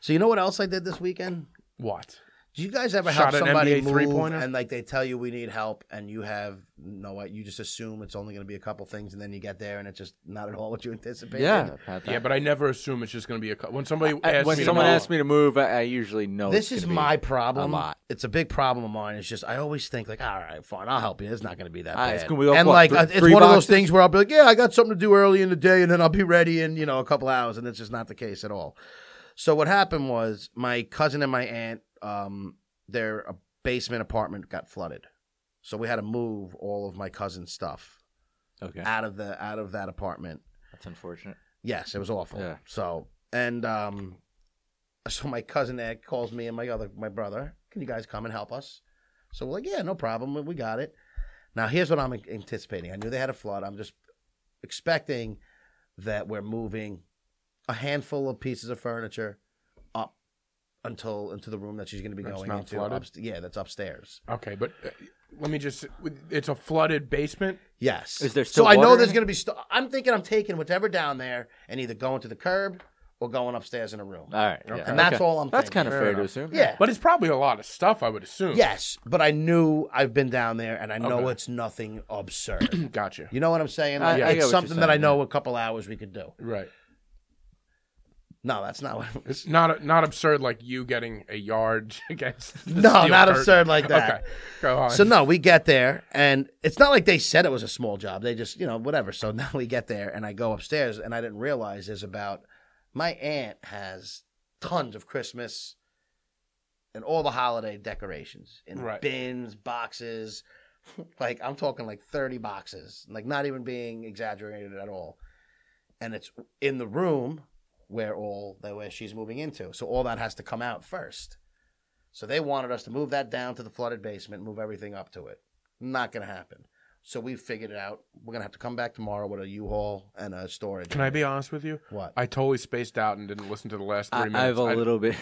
So you know what else I did this weekend? What? Do you guys ever Shot help an somebody NBA move three-pointer? and like they tell you we need help and you have you know what you just assume it's only going to be a couple things and then you get there and it's just not at all what you anticipated. Yeah, I've had that. Yeah, but I never assume it's just going to be a. cu- When somebody Uh, I- asks when me, someone to asks me to move, I, I usually know. This Oh, it's is gonna be- my problem. lot. It's a big problem of mine. It's just I always think like, all right, fine, I'll help you. It's not going to be that Ah, bad. it's gonna be like, and what, like thr- uh, it's three one of those boxes? things where I'll be like, yeah, I got something to do early in the day, and then I'll be ready in you know a couple hours, and it's just not the case at all. So what happened was my cousin and my aunt, um, their uh, basement apartment got flooded, so we had to move all of my cousin's stuff Okay, out of the out of that apartment. that's unfortunate. Yes, it was awful. Yeah. So and um, so my cousin that calls me and my other my brother, can you guys come and help us? So we're like, yeah, no problem, we- we got it. Now here's what I'm anticipating. I knew they had a flood. I'm just expecting that we're moving a handful of pieces of furniture up until into the room that she's going to be That's going not into. flooded? upst- yeah, that's upstairs. Okay, but uh, let me just. It's a flooded basement. Yes. Is there so still I know water? there's going to be. St- I'm thinking I'm taking whatever down there and either going to the curb or going upstairs in a room. All right, yeah, And that's okay. all I'm That's thinking. kind of Fair fair to enough. assume. Yeah. But it's probably a lot of stuff, I would assume. yes, but I knew I've been down there and I know Okay. it's nothing absurd. Gotcha. you know what I'm saying? I- Like, I get what it's you're something that I saying, know a couple hours we could do. Right. No, that's not what. It's not not absurd like you getting a yard against. the No, steel not curtain. absurd like that. Okay, go on. So no, we get there, and it's not like they said it was a small job. They just, you know, whatever. So now we get there, and I go upstairs, and I didn't realize there's about my aunt has tons of Christmas and all the holiday decorations in Right. bins, boxes. like I'm talking like 30 boxes, like not even being exaggerated at all. And it's in the room where all that where she's moving into. So all that has to come out first. So they wanted us to move that down to the flooded basement, move everything up to it. Not going to happen. So we figured it out. We're going to have to come back tomorrow with a U-Haul and a storage. Can I be honest with you? What? I totally spaced out and didn't listen to the last three I, minutes. I have a little bit.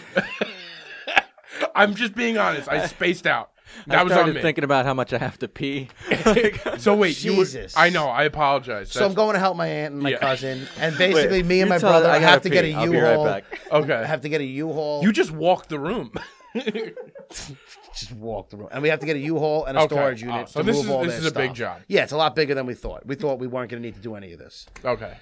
I'm just being honest. I spaced out. That I was on started me. thinking about how much I have to pee. Like, so wait, Jesus. you were, I know. I apologize. so I'm That's- going to help my aunt and my Yeah. cousin, and basically me and you my tell brother her I I gotta have to get a pee. I'll U-Haul. be right back. I okay. have to get a U-Haul. You just walked the room. just walk the room, and we have to get a U-Haul and a Okay. storage Oh, unit so to this move is- all this their is a big stuff. job. Yeah, it's a lot bigger than we thought. We thought we weren't going to need to do any of this. okay.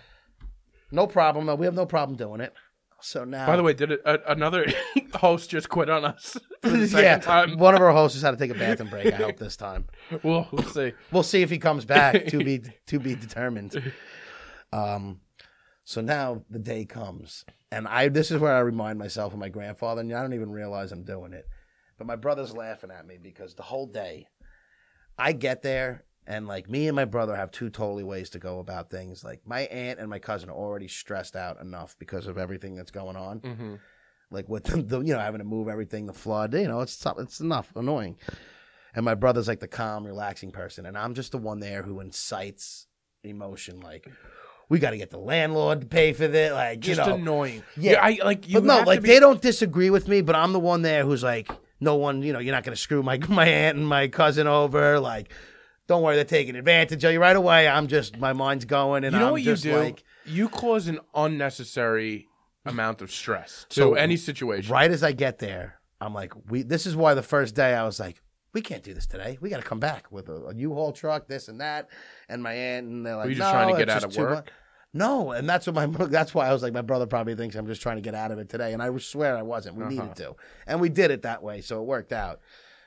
No problem. though. We have no problem doing it. So now, By the way, did it, a, another host just quit on us for the second yeah, time? one of our hosts has had to take a bathroom break. I hope this time. We'll, we'll see. We'll see if he comes back to be to be determined. Um, so now the day comes, and I this is where I remind myself of my grandfather, and I don't even realize I'm doing it. But my brother's laughing at me because the whole day, I get there and like me and my brother have two totally ways to go about things. Like my aunt and my cousin are already stressed out enough because of everything that's going on hmm like with the, the you know having to move everything, the flood. You know, it's tough- it's enough annoying. And my brother's like the calm, relaxing person, and I'm just the one there who incites emotion. Like, we got to get the landlord to pay for this. Like, Just you know, annoying. Yeah. Yeah, I like you. but no, have to like be- they don't disagree with me, but I'm the one there who's like, no one, you know, you're not gonna screw my my aunt and my cousin over. Like, don't worry, they're taking advantage of you right away. I'm just my mind's going, and you know I'm what you just do? like, you cause an unnecessary amount of stress to So, any situation. right as I get there, I'm like, we. This is why the first day I was like, we can't do this today. We got to come back with a a U-Haul truck, this and that, and my aunt, and they're like, you no, just trying to it's get out just of too work? mu-" No, and that's what my that's why I was like, my brother probably thinks I'm just trying to get out of it today, and I swear I wasn't. Uh-huh. We needed to, and we did it that way, so it worked out.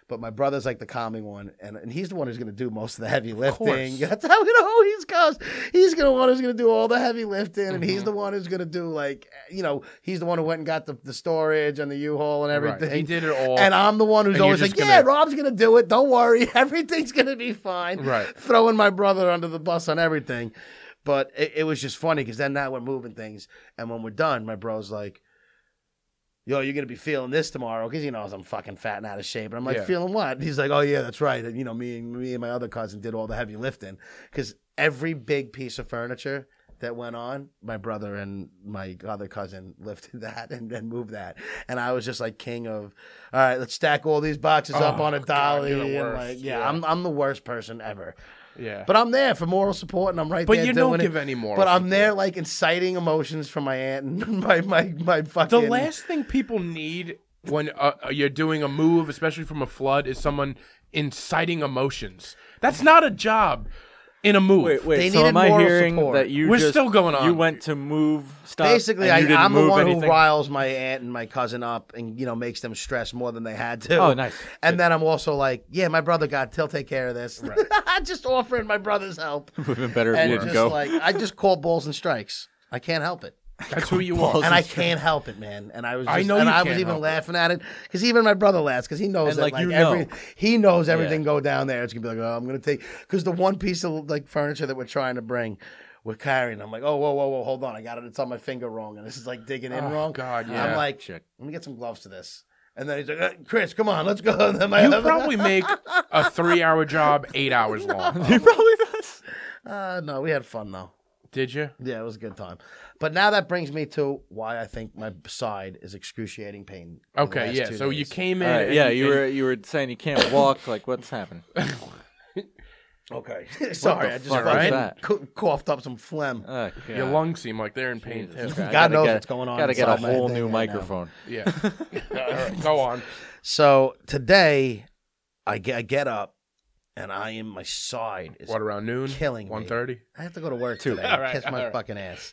But my brother's like the calming one, and, and he's the one who's going to do most of the heavy lifting. That's how you know he's goes. He's going to one who's going to do all the heavy lifting, and Mm-hmm. he's the one who's going to do like you know he's the one who went and got the, the storage and the U-Haul and Right. everything. He did it all. And I'm the one who's And you're always like, just "Yeah, gonna- Rob's gonna do it. Don't worry, everything's gonna be fine." Right. Throwing my brother under the bus on everything, but it, it was just funny because then now we're moving things, and when we're done, my bro's like, "Yo, you're gonna be feeling this tomorrow," because he knows I'm fucking fat and out of shape. And I'm like, Yeah. "Feeling what?" And he's like, "Oh yeah, that's right. And, you know, me and me and my other cousin did all the heavy lifting because every big piece of furniture." That went on. My brother and my other cousin lifted that and then moved that, and I was just like king of all right, let's stack all these boxes up Oh, on a God, dolly. you're the and, worst. like, yeah, Yeah. I'm I'm the worst person ever. yeah. But I'm there for moral support, and I'm right But there. you don't doing it. give any moral But I'm support. there, like inciting emotions from my aunt and my my my fucking. the last thing people need when uh, you're doing a move, especially from a flood, is someone inciting emotions. That's not a job in a move. Wait, wait. They so needed am I moral hearing support. that you We're just- still going on. You went to move stuff. Basically, and I, you didn't I'm the move one anything? who riles my aunt and my cousin up, and you know makes them stress more than they had to. Oh, nice. And then I'm also like, yeah, my brother got. He'll take care of this. just offering my brother's help. Would've been better if and you didn't just go. like I just call balls and strikes. I can't help it. That's who you are. and I can't help it, man. And I was, just, I know and you I was can't even help it. laughing at it because even my brother laughs because he knows And, that, like, like, you every, know. he knows everything go down there. It's gonna be like, oh, I'm gonna take because the one piece of like furniture that we're trying to bring, we're carrying. I'm like, oh, whoa, whoa, whoa, hold on, I got it. It's on my finger wrong, and this is like digging in Oh, wrong. God, I'm yeah. like, Shit. let me get some gloves to this. And then he's like, uh, Chris, come on, let's go. And then my You other- probably make a three-hour job eight hours long. He probably does. uh, no, we had fun though. Did you? Yeah, it was a good time. But now that brings me to why I think my side is excruciating pain. for the Okay, last yeah. two So you days. came in. All right, and- yeah, you and- were you were saying you can't walk. Like, what's happened? Okay. Sorry, I just fuck was fucking that? cou- coughed up some phlegm. Oh, Your God. lungs seem like they're in pain Jesus too. Christ. God knows Gotta what's going on Gotta get a inside my whole thing new right now. microphone. Yeah. All right, go on. So today, I get, I get up and I am, my side is. What around noon? Killing me. One thirty. I have to go to work today. All right, kiss my all right. fucking ass.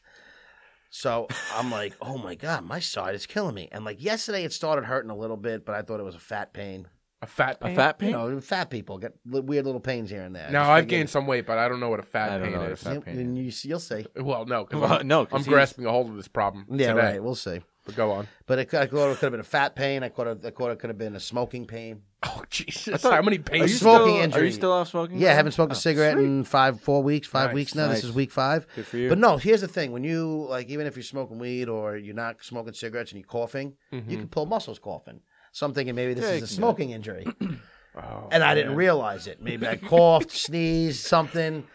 So I'm like, oh my God, my side is killing me. And like yesterday, it started hurting a little bit, but I thought it was a fat pain. A fat pain. A fat You pain? know, fat people get li- weird little pains here and there. Now Just I've figured- gained some weight, but I don't know what a fat I don't pain know what a is. fat- Yep, and you, you'll see. Well, no, 'cause Well, I'm, no, 'cause I'm he's- grasping a hold of this problem Yeah, today. right. We'll see. But go on. But it, I thought it could have been a fat pain. I thought it, I thought it could have been a smoking pain. Oh Jesus! How many Are you pains? smoking still, Are injury. you still off smoking? Oh, Yeah, I haven't smoked a cigarette sweet. in five, four weeks, five Nice, weeks now. nice. This is week five. Good for you. But no, here's the thing: when you like, even if you're smoking weed or you're not smoking cigarettes and you're coughing, you can pull muscles coughing. So I'm thinking maybe this Mm-hmm. Yeah, you is can do a smoking injury, Oh, and I didn't realize it. Maybe I coughed, sneezed, something,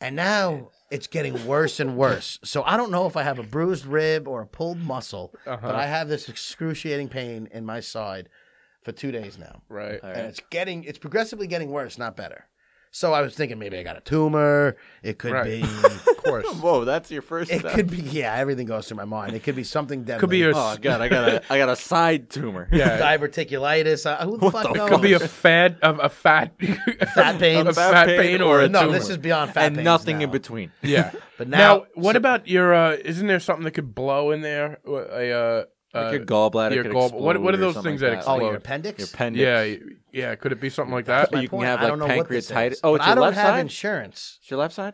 and now it's getting worse and worse. So I don't know if I have a bruised rib or a pulled muscle, Uh-huh. but I have this excruciating pain in my side for two days now right. All and right. it's getting it's progressively getting worse, not better. So I was thinking maybe I got a tumor. It could Right. be. Of course. Whoa, that's your first It step. could be. Yeah, everything goes through my mind. It could be something deadly. Could be a Oh god, I got a I got a side tumor. yeah. diverticulitis. Uh, who the What fuck the knows? fuck? Could be a fat of a fat fat pain. a fat pain or a no, tumor. this is beyond fat and pains nothing now. in between. yeah. But Now, now, what about your? uh Isn't there something that could blow in there? Uh, A uh, uh, Like your gallbladder. your could gall- what- what are explode or those something things like that oh, your explode? appendix. Your appendix. yeah, y- yeah. Could it be something like that? My you can point, have, I like, don't know what this pancreatitis- is. Oh, it's But I your don't left have side? insurance. It's your left side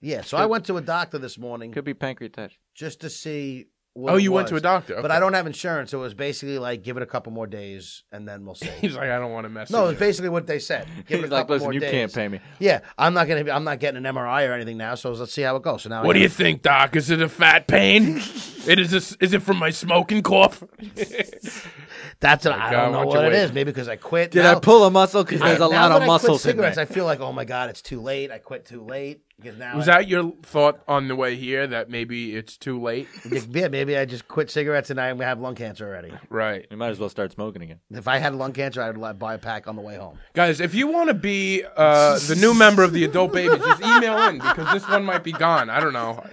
Yeah, so I went to a doctor this morning could be pancreatitis. just to see. What oh, it you went to a was. doctor, But Okay. I don't have insurance, so it was basically like, give it a couple more days, and then we'll see. He's like, I don't want to mess. No, with it's basically what they said. Give it a He's like, couple listen, more you days. can't pay me. Yeah, I'm not gonna. be- I'm not getting an MRI or anything now. So let's see how it goes. So now, What do I you gotta- think, Doc? Is it a fat pain? it is. A, is it from my smoking cough? That's an, I Oh God, don't know watch what your it weight. is. Maybe because I quit. Did now, I pull a muscle? Because I- there's a now lot that of I quit muscles in cigarettes, there. I feel like, oh my god, it's too late. I quit too late because now. Was I- that your thought on the way here that maybe it's too late? yeah, maybe I just quit cigarettes and I have lung cancer already. Right. You might as well start smoking again. If I had lung cancer, I'd li- buy a pack on the way home. Guys, if you want to be uh, the new member of the Adult Babies, just email in because this one might be gone. I don't know.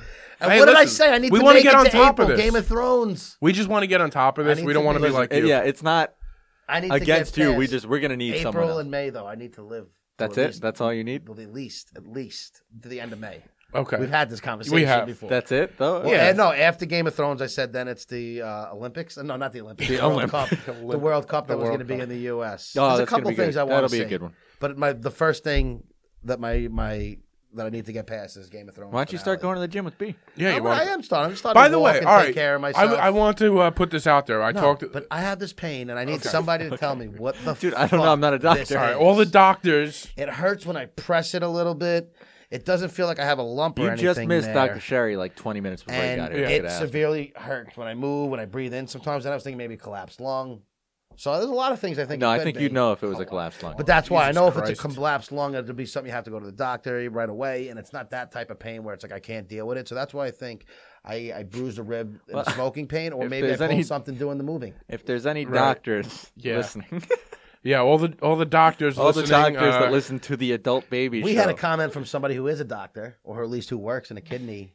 And Hey, what did I listen, say? I need we to wanna make get it on to top April, of this. Game of Thrones. We just want to get on top of I this. need We don't to want to be- be like you. Yeah, it's not I need against to get you. We past just we're gonna need someone. April else. and May though. I need to live. till That's at it. least- That's all you need. at least at least to the end of May. Okay. We've had this conversation We have. before. That's it though. Well, and no, after Game of Thrones, I said then it's the uh, Olympics. No, not the Olympics. The, World Olymp- Cup. The World Cup that was World going to be Cup. in the U.S. Oh, There's that's a gonna couple be things good. I want That'll to be a see. good one. But my the first thing that my my that I need to get past is Game of Thrones. Why don't you start going to the gym with B? Yeah, you Oh, I, want. I am starting. I'm starting. By to the walk way, and all take right. care of I, myself. I want to uh, put this out there. I No, talked. but I have this pain, and I need somebody to tell me what the Dude, I don't know. I'm not a fuck this doctor. all right. is. All the doctors. it hurts when I press it a little bit. It doesn't feel like I have a lump or You anything. just missed there. Dr. Sherry like 20 minutes before you got and here. I it could ask. severely hurts when I move, when I breathe in. Sometimes, and I was thinking maybe collapsed lung. So there's a lot of things I think. no, it I could think be. you'd know if it was a collapsed lung. But that's why I Jesus know if it's a Christ. collapsed lung, it'll be something you have to go to the doctor right away, and it's not that type of pain where it's like I can't deal with it. So that's why I think I, I bruised a rib in Well, smoking pain, or if maybe I there's pulled any- something doing the moving. if there's any Right. doctors Yeah. listening, Yeah. All the all the doctors. all the listening, doctors uh, that listen to the adult baby We show. had a comment from somebody who is a doctor, or at least who works in a kidney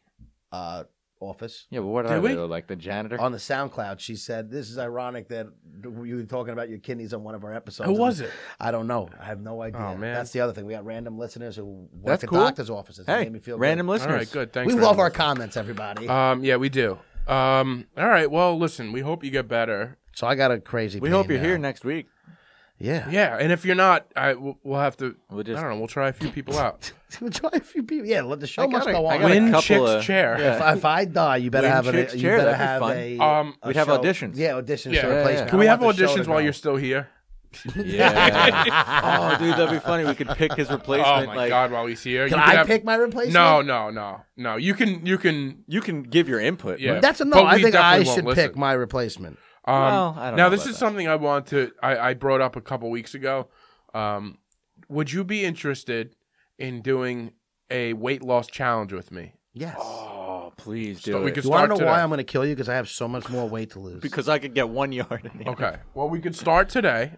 uh, office. Yeah, but what Did are we? they? though? Like the janitor? On the SoundCloud, she said, "This is ironic that you were talking about your kidneys on one of our episodes." Who was it? I don't know. I have no idea. Oh, man. that's the other thing. We got random listeners who work That's at cool. doctors' offices. It Hey, made me feel random good. listeners. All right, good. Thanks. We very love much. our comments, everybody. Um, yeah, we do. Um, all right. Well, listen, we hope you get better. so I got a crazy. We pain hope you're now. here next week. Yeah. Yeah, and if you're not, I we'll, we'll have to. We'll just- I don't know. We'll try a few people out. We'll try a few people. Yeah, let the show I must got a- go on. I got a Win couple Chick's of- chair. Yeah. If, if I die, you better Win have Chick's a. You chair, better that'd be have fun. a. Um, a We'd have show- auditions. Yeah, auditions Yeah. to Yeah, replace. yeah. me. Can I we have want the show to auditions while go. you're still here? Yeah. oh, dude, that'd be funny. We could pick his replacement. oh my like, god, while he's here, Can You could I have- pick my replacement? No, no, no, no. You can, you can. you can give your input. Yeah. That's a no. But I we think I definitely won't should listen. pick my replacement. Um, Well, I don't now know this about is that. something I want to. I, I brought up a couple weeks ago. Um, would you be interested in doing a weight loss challenge with me? Yes. Oh, please do So we it. could you want start to know today. why I'm going to kill you? Because I have so much more weight to lose. because I could get one yard. In the okay. Well, we could start today.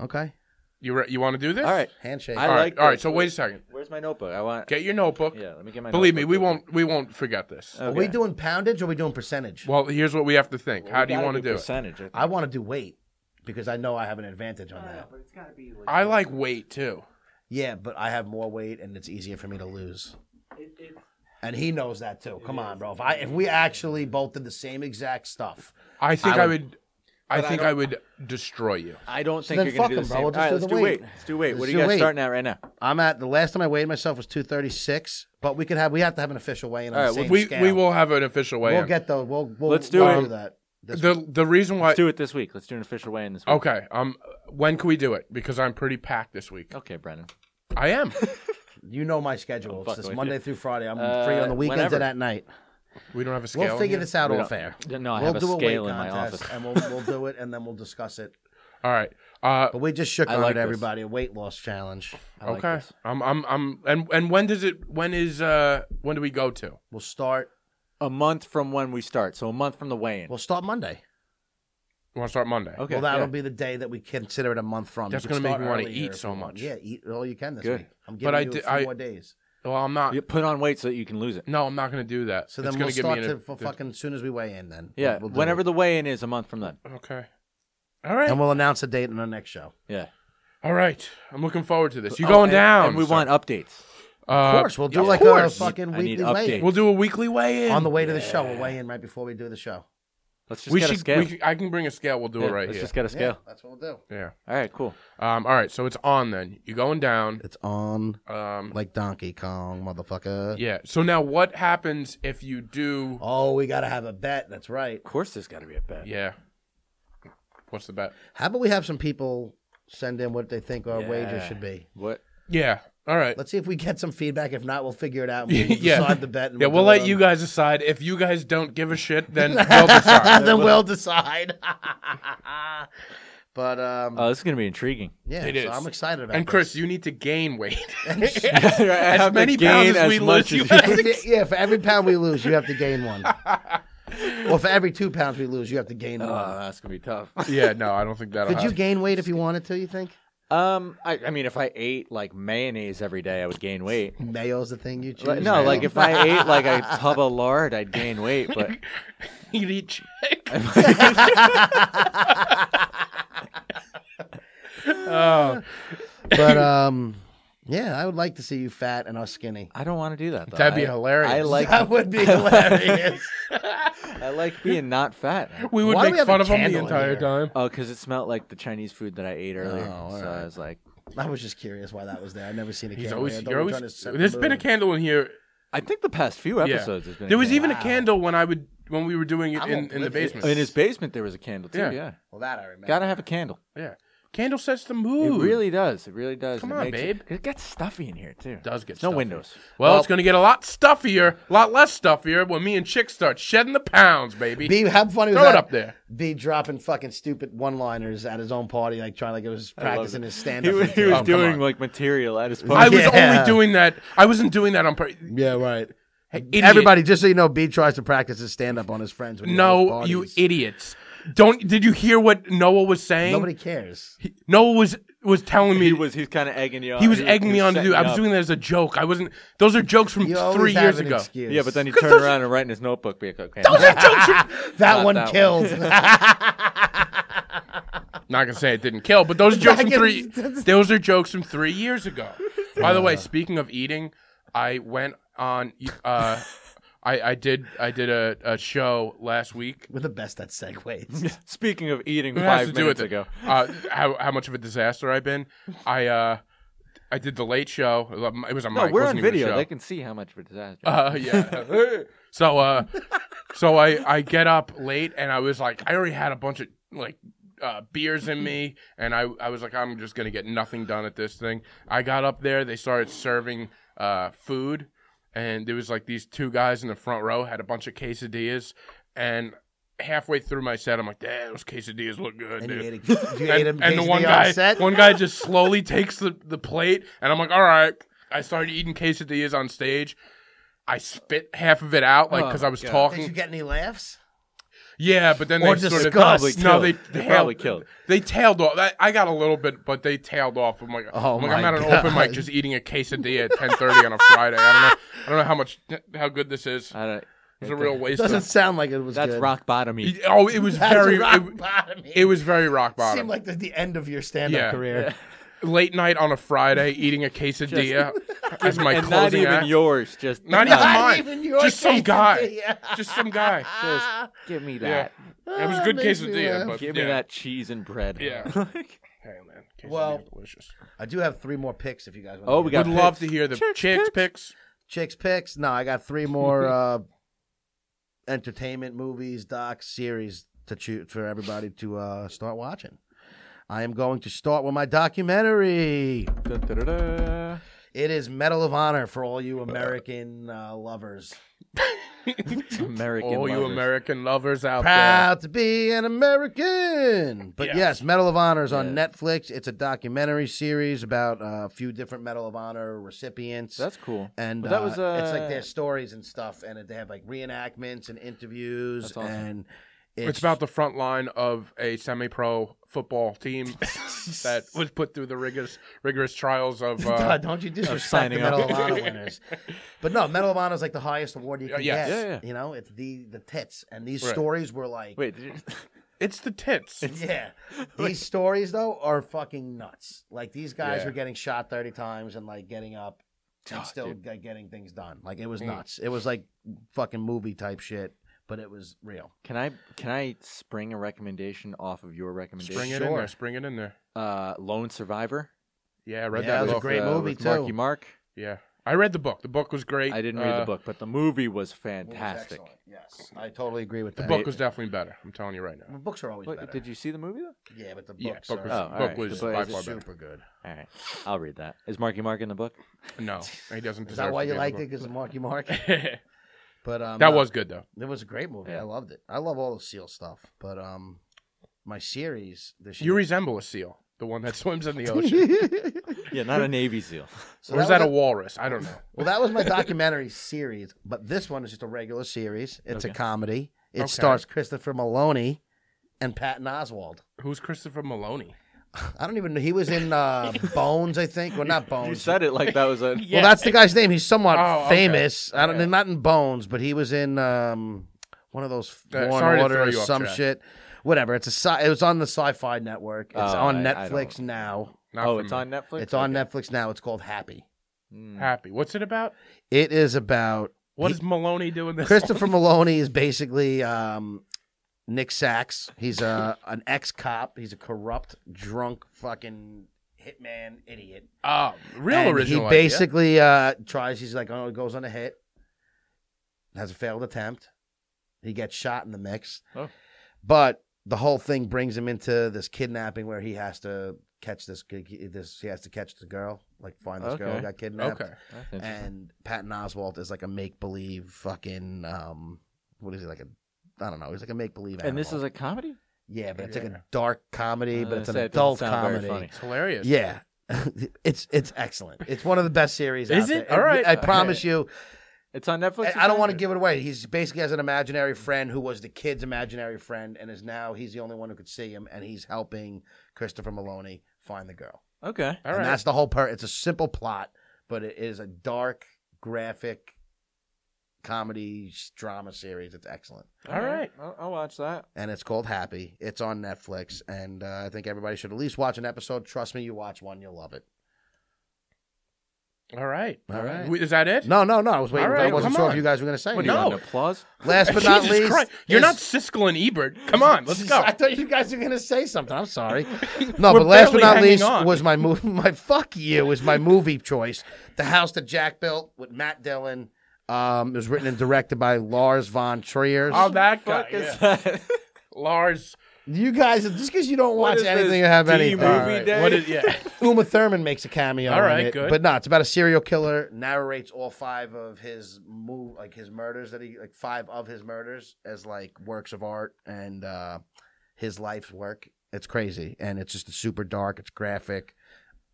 okay. You re- you want to do this? All right. Handshake. I All right. like all right. this. So wait a second. Where's my notebook? I want. Get your notebook. yeah, let me get my. Believe me, notebook we real won't we won't forget this. quick. Are Okay. we doing poundage or are we doing percentage? Well, here's what we have to think. Well, How we do you gotta want to do it? percentage? I think. I want to do weight because I know I have an advantage on that. I like weight too. Yeah, but I have more weight and it's easier for me to lose. And he knows that too. Come on, bro. If I if we actually both did the same exact stuff, I think I I would. I, I think don't- I, would destroy you. I don't think then you're gonna fuck do 'em, the bro. same. We'll just All right, do let's the do weight. weight. Let's do weight. Let's What are do you guys weight. starting at right now? I'm at the last time I weighed myself was 236, but we could have we have to have an official weigh in on All the right, well, same We scale. we will have an official way. we'll get the we'll, we'll Let's do we'll it. that. This the the reason why. Let's do it this week. Let's do an official weigh-in this week. Okay. Um. When can we do it? Because I'm pretty packed this week. Okay, Brennan. I am. You know my schedule. fuck It's this with Monday you. through Friday. I'm Uh, free on the weekends whenever. and at night. We don't have a scale. We'll figure here. this out We off don't- air. No, I we'll have a do a scale weight in my contest, office. and we'll we'll do it, and then we'll discuss it. All right. Uh. But we just shook I on like it, this. everybody. A weight loss challenge. I like okay. this. I'm. I'm. I'm. And and when does it? When is? Uh. When do we go to? We'll start. A month from when we start, so a month from the weigh-in. We'll start Monday. We want to start Monday. okay, well, that'll yeah. be the day that we consider it a month from. You That's gonna can make start me wanna earlier eat if you so want. much. Yeah, eat all you can this Good. week. I'm giving I you di- a few I- more days. Well, I'm not. You put on weight so that you can lose it. No, I'm not going to do that. So It's then gonna we'll give start me to an- for fucking soon as we weigh in. Then Yeah, We'll- we'll do whenever it. the weigh-in is, a month from then. Okay. All right. and we'll announce a date in our next show. Yeah, All right. I'm looking forward to this. You're Oh, going and- down. And we sir. want updates. Uh, Of course, we'll do of like course. a fucking I need weekly weigh We'll do a weekly weigh in. on the way to the show. We'll weigh in right before we do the show. Let's just we get should, a scale. we should- I can bring a scale. We'll do Yeah, it right let's here. just get a Yeah, scale. that's what we'll do. yeah. All right, cool. Um. All right. So it's on then. You're going down. It's on Um. like Donkey Kong, motherfucker. Yeah. So now what happens if you do? Oh, we gotta have a bet. That's right. Of course, there's got to be a bet. Yeah. What's the bet? How about we have some people send in what they think our wager Yeah. should be? What? Yeah. All right. Let's see if we get some feedback. If not, we'll figure it out. And we'll Yeah. decide the bet. And yeah. We'll do it let on- you guys decide. If you guys don't give a shit, then we'll decide. then we'll decide. but um, Oh, this is gonna be intriguing. yeah, Uh, it is. so I'm excited about. and this. Chris, you need to gain weight. as many pounds as we lose, you have If it- yeah, for every pound we lose, you have to gain one. or for every two pounds we lose, you have to gain Uh, Oh, one. that's gonna be tough. yeah. No, I don't think that'll. Could you happen. gain weight if you wanted to? You think Um, I, I mean, if I ate like mayonnaise every day, I would gain weight. mayo's the thing you choose? Like, no, like if I ate like a tub of lard, I'd gain weight. But You'd eat chick. oh, but um, yeah, I would like to see you fat and us skinny. I don't want to do that. Though. that'd be I- hilarious. I like That would be hilarious. I like being not fat. We would Why do we make have fun a of him the candle in entire here? time. Oh, because it smelled like the Chinese food that I ate earlier. Oh, all so right. I was like, I was just curious why that was there. I've never seen a He's candle. always, I thought you're we were trying always to set there's the been a mood. candle in here. I think the past few Yeah. episodes has been. There was candle. even a candle when I would when we were doing it I'm in, in the oblivious. basement. in his basement there was a candle too. Yeah. Yeah, Well, that I remember. gotta have a candle. yeah, candle sets the mood. It really does. It really does. Come It on, makes babe. It, it gets stuffy in here too. It does get no stuffy. windows. well, it's going to get a lot stuffier, a lot less stuffier when me and Chick start shedding the pounds, baby. B, how funny was Throw it that? up there. B dropping fucking stupid one-liners at his own party, like trying like it was practicing his He, stand-up. was- he routine. was Oh, come on. doing like material at his I party. was Yeah. only doing that. I wasn't doing that on purpose. Yeah, right. Hey, idiot. Everybody, just so you know, B tries to practice his stand up on his friends. When he no, has you parties. idiots! Don't. Did you hear what Noah was saying? Nobody cares. Noah was was telling me He was he's kind of egging you on. he was egging me on to setting do. I you was up. doing that as a joke. I wasn't. Those are jokes from You always three have years an ago. excuse. Yeah, but then he Because turned those- around and write in his notebook, be like, okay, that Not one that one. killed. Not gonna say it didn't kill, but those are jokes from Back in- three. Those are jokes from three years ago. By the way, speaking of eating, I went on. Uh, I, I did. I did a, a show last week. We're the best at segues. Speaking of eating It has five to do minutes with it. ago, Uh, how how much of a disaster I've been. I uh, I did the late show. It was a no, mic. we're wasn't even on a video. show. They can see how much of a disaster. Uh, yeah. so, uh, so I I get up late and I was like, I already had a bunch of like uh, beers in me, and I I was like, I'm just gonna get nothing done at this thing. I got up there, they started serving uh, food, and there was like these two guys in the front row had a bunch of quesadillas, and halfway through my set, I'm like, damn, those quesadillas look good, and dude you ate a, you ate and, a and the quesadilla one on guy, set? one guy just slowly takes the, the plate, and I'm like, all right. I started eating quesadillas on stage. I spit half of it out, like because I was Oh Did you talking. get any laughs? yeah, but then Or they sort of disgust. no, Probably killed. they, They tailed- probably killed. They tailed off. I, I got a little bit, but they tailed off. I'm like, Oh I'm, like, my I'm at an God. open mic just eating a quesadilla at 10:30 on a Friday. I don't know. I don't know how much how good this is. I don't, It's a real waste. Doesn't Of, sound like it was. That's good. rock bottom. eating. oh, it was That's very. rock it, bottom. it was very rock bottom. seemed like the, the end of your stand-up Yeah. career. late night on a Friday eating a quesadilla as my and closing not even act. yours. Just Not no, even mine. even your just some guy. quesadilla. just some guy. Just give me Yeah. that. it was a Ah, good makes me quesadilla, laugh. but Give yeah. me that cheese and bread. Yeah. Like, Hey man, quesadilla Well- delicious. I do have three more picks if you guys. want Oh, we Would got love to picks. hear the chicks, picks. chicks picks. No, I got three more uh, entertainment movies, docs, series to choose for everybody to uh, start watching. I am going to start with my documentary. Dun, dun, dun, dun. It is Medal of Honor for all you American uh, lovers. American. All Oh, you lovers. American lovers out there. Proud to be an American. But yes, Yes. Medal of Honor is on Yeah. Netflix. It's a documentary series about uh, a few different Medal of Honor recipients. That's cool. and But that uh, was, it's like uh, their stories and stuff, and they have like reenactments and interviews, That's awesome. and It's, about the front line of a semi-pro football team that was put through the rigorous rigorous trials of uh, God, don't you disrespect the signing Medal up. of Honor winners? But no, Medal of Honor is like the highest award you Yeah, can Uh, yes. get. Yeah, yeah. You know, it's the the tits, and these Right. stories were like, Wait, did you, it's the tits. yeah, these stories though are fucking nuts. Like these guys Yeah. were getting shot thirty times and like getting up and Oh, still dude. like, getting things done. Like it was Mm. nuts. It was like fucking movie type shit, but it was real. can I can I spring a recommendation off of your recommendation? Spring it in there. Spring it in there. Uh, Lone Survivor. Yeah, I read Yeah, that that was a book. great uh, movie, with Marky too. Mark. Yeah, I read the book. The book was great. I didn't read Uh, the book, but the movie was It was fantastic. excellent. Yes, I totally agree with The that. book was definitely better. I'm telling you right now. Well, books are always What- better. did you see the movie though? Yeah, but the books Yeah, book are was, Oh, book all right. was The book by is far better. super good. All right, I'll read that. Is Marky Mark in the book? No, he doesn't. Is that why you liked it? Because of Marky Mark. it? But um, that no, was good though. it was a great movie. Yeah. I loved it. I love all the Seal stuff. But um, my series this You year. resemble a seal, the one that swims in the ocean. Yeah, not a Navy SEAL. So or is that a was walrus? I don't know. well, that was my documentary series, but this one is just a regular series. It's a Okay. comedy. It Okay. stars Christopher Maloney and Patton Oswald. Who's Christopher Maloney? I don't even know. He was in uh, Bones, I think. Well, not Bones. You said it like that was a. Yeah. Well, that's the guy's name. He's somewhat Oh, okay. famous. I don't not in Bones, but he was in um, one of those Uh, Law sorry and to Order throw or you off some track. shit. Whatever. It's a sci- it was on the Sci-Fi Network. It's Oh, on I- I Netflix don't- now. Not Oh, from it's on Netflix. Hmm. It's on Netflix now. It's called Happy. Netflix. Happy. What's it about? It is about What He- is Maloney doing this? Christopher Maloney is basically um, Nick Sachs. He's a an ex cop. He's a corrupt, drunk, fucking hitman idiot. Oh, real And original. He idea. basically uh, tries. He's like, oh, goes on a hit, has a failed attempt. He gets shot in the mix, Oh. but the whole thing brings him into this kidnapping where he has to catch this. This he has to catch the girl, like find this girl who Okay. got kidnapped. Okay. That's interesting. And Patton Oswalt is like a make believe fucking um, what is he like a? I don't know. He's like a make believe. And this is a comedy. yeah, but it's like Yeah. a dark comedy, Uh, but it's an say it doesn't adult sound very comedy. funny. It's hilarious. Yeah. it's it's excellent. It's one of the best series. Is out it? there. All right. I promise you. It's on Netflix. I I don't want to give it away. He's basically has an imaginary friend who was the kid's imaginary friend, and is now he's the only one who could see him, and he's helping Christopher Maloney find the girl. Okay. All and right. that's the whole part. It's a simple plot, but it is a dark, graphic comedy s- drama series. It's excellent, All right. I'll, I'll watch that. and it's called Happy. It's on Netflix, and uh, I think everybody should at least watch an episode. Trust me, you watch one, you'll love it. All right. All right. Wait, Is that it? No, no, no. I was waiting. All right, I wasn't come sure on. if you guys were going to say Well, anything. no. An applause. Last but not Jesus least, Christ. You're is- not Siskel and Ebert. Come on, let's Jeez, go. I thought you guys were gonna say something. I'm sorry. No, We're but barely last but not hanging least on. was my movie. My fuck you was my movie choice. The house that Jack built with Matt Dillon. Um, it was written and directed by Lars von Trier. Oh, that guy. Fuck yeah. is that? Lars. you guys, just because you don't What watch is anything, this, you have D anything. movie All right. day? What is? Yeah. Uma Thurman makes a cameo. All right, in it, good. But no, it's about a serial killer. Narrates all five of his move, like his murders that he like five of his murders as like works of art and uh his life's work. It's crazy, and it's just super dark. It's graphic.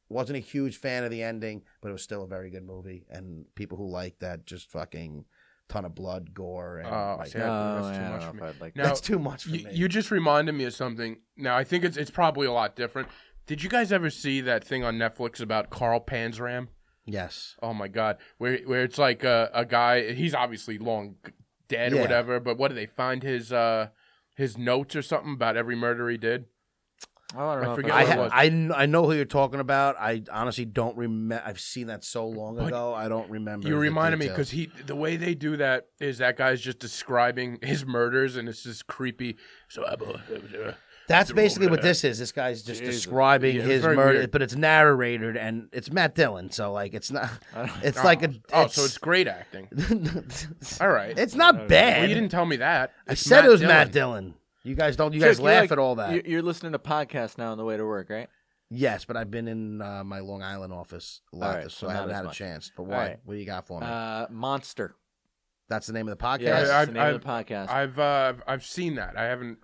Wasn't a huge fan of the ending, but it was still a very good movie. And people who like that just fucking ton of blood, gore, and Oh, like, see, I- No, that's too I much don't know for if me. I'd like No. that's too much for You, me. you just reminded me of something. Now I think it's it's probably a lot different. Did you guys ever see that thing on Netflix about Carl Panzram? yes, Oh my God, where where it's like a, a guy. He's obviously long dead or Yeah. whatever. But what do they find his uh his notes or something about every murder he did? I don't I know. if forget I'd I, what like it ha- was. I, kn- I know who you're talking about. I honestly don't remember. I've seen that so long But ago. I don't remember. You the reminded me because details. he the way they do that is that guy's just describing his murders and it's just creepy. So uh, I, that's basically what this is. This guy's just Jesus. describing Yeah, it's his very murder, weird. but it's narrated and it's Matt Dillon. So like, it's not. I don't- It's like a. oh, so it's great acting. it's. All right. it's not bad. well, you didn't tell me that. I It's said it was Dillon. Matt Dillon. You guys don't. You Chick, guys you're laugh like- at all that. you- You're listening to podcasts now on the way to work, right? Yes, but I've been in uh, my Long Island office a lot, All right, so so I not haven't as had a much. chance. But All why? right. What do you got for me? Uh, Monster. that's the name of the podcast. Yeah, I- that's I've- the name I've- of the podcast. I've uh, I've seen that. I haven't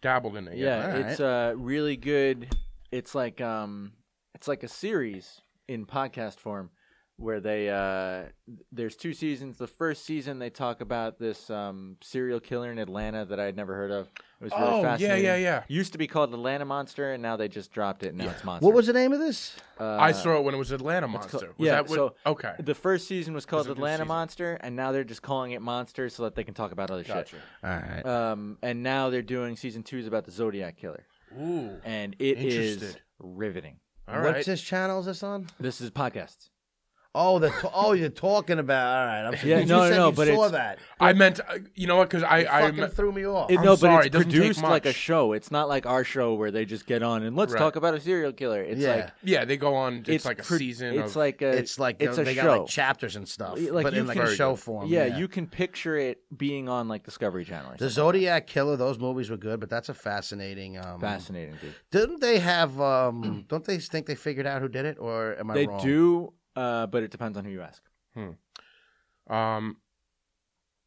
dabbled in it yet. yeah, all it's uh, really good. It's like um, it's like a series in podcast form where they uh, there's two seasons. The first season they talk about this um, serial killer in Atlanta that I had never heard of. It was really Oh, yeah, fascinating. yeah, yeah. Used to be called Atlanta Monster, and now they just dropped it. And now it's Monster. what was the name of this? Uh, I saw it when it was Atlanta Monster. called- was yeah, that what, so- okay. The first season was called It's a good Atlanta season. Monster, and now they're just calling it Monster so that they can talk about other Gotcha. All right. shit. Um, and now they're doing season two is about the Zodiac killer, Ooh. and it is Interested. riveting. All What's right. this channel is this on? This is podcasts. Oh, the oh, you're talking about. All right, I'm Yeah, you no, said no, no, you but saw it's- that. I meant uh, you know what because I You I fucking me- threw me off. It- I'm no, sorry, but it it's doesn't take produced like a much. show. It's not like our show where they just get on and let's Right. talk about a serial killer. It's Yeah. like yeah they go on. It's, it's like a pro- season. It's of, like a it's like it's they, a they show. got like chapters and stuff, Y- like but you in like can- a show form. yeah, you can picture it being on like Discovery Channel. Or The something. Zodiac Killer. Those movies were good, but that's a fascinating. Um, Fascinating, dude. Didn't they have? Um, don't they think they figured out who did it, or am I They wrong? do, uh, but it depends on who you ask. Um,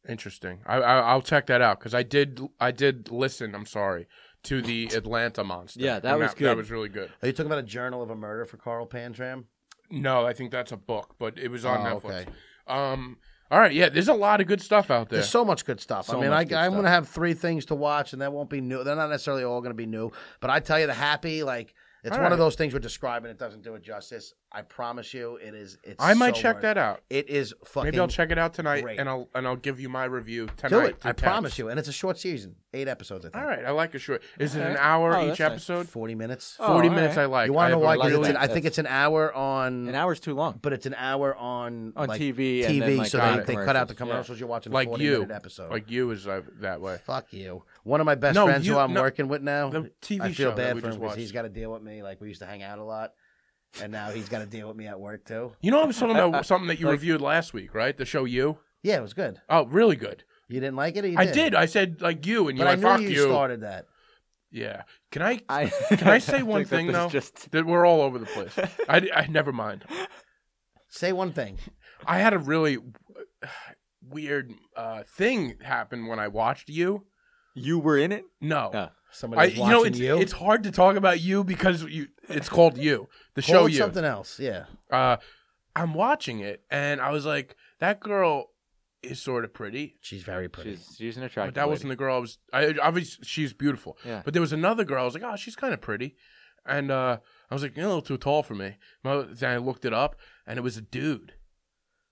interesting. I, I I'll check that out because I did I did listen. I'm sorry to the Atlanta Monster. Yeah, that And was That good. was really good. Are you talking about a Journal of a Murder for Carl Pantram? No, I think that's a book, but it was on Oh, Netflix. okay. Um, all right, yeah. There's a lot of good stuff out there. There's so much good stuff. So I mean, much I, I'm good going to stuff. have three things to watch, and that won't be new. They're not necessarily all going to be new, but I tell you, the happy like it's All one of right. those things we're describing. It doesn't do it justice. I promise you, it is. It's. I might so check worth- that out. It is fucking. Maybe I'll check it out tonight, great. and I'll and I'll give you my review tonight. Do it. through I text. promise you. And it's a short season, eight episodes. I think. All right, I like a short. Is it Okay. an hour Oh, each that's nice. episode? Forty minutes. Oh, Forty all minutes. right. I like. you I want to have know a why? 'Cause really- it's an, I think it's an hour on. Mm. An hour's too long. But it's an hour on On like, TV and TV, then, like, so got they, it. they cut out the commercials. Yeah. commercials. You're watching a like you, forty-minute episode. like you is uh, that way. Fuck you. One of my best No, friends you- who I'm no, working with now. the TV I show feel that bad we for him just because watched. he's got to deal with me. Like we used to hang out a lot, and now he's got to deal with me at work too. You know, I was talking about something that you reviewed last week, right? The show you. Yeah, it was good. Oh, really good. You didn't like it? Or you I did. did. I said like you, and But you. I like, fuck knew you, you. started that. Yeah. Can I? I Can I say one think that thing this though? Just That we're all over the place. I, I never mind. Say one thing. I had a really weird uh, thing happen when I watched you. you were in it. No. Oh. I, Somebody was you watching know, it's, you. it's hard to talk about you because you it's called you, the Call show it you. something else. Yeah. Uh, I'm watching it, and I was like, that girl is sort of pretty. She's very pretty. She's she's an But attractive. that wasn't the girl I was. I obviously she's beautiful, Yeah. "Ah, but there was another girl. I was like, oh, she's kind of pretty, and uh, I was like, you're a little too tall for me. My- Then I looked it up, and it was a dude.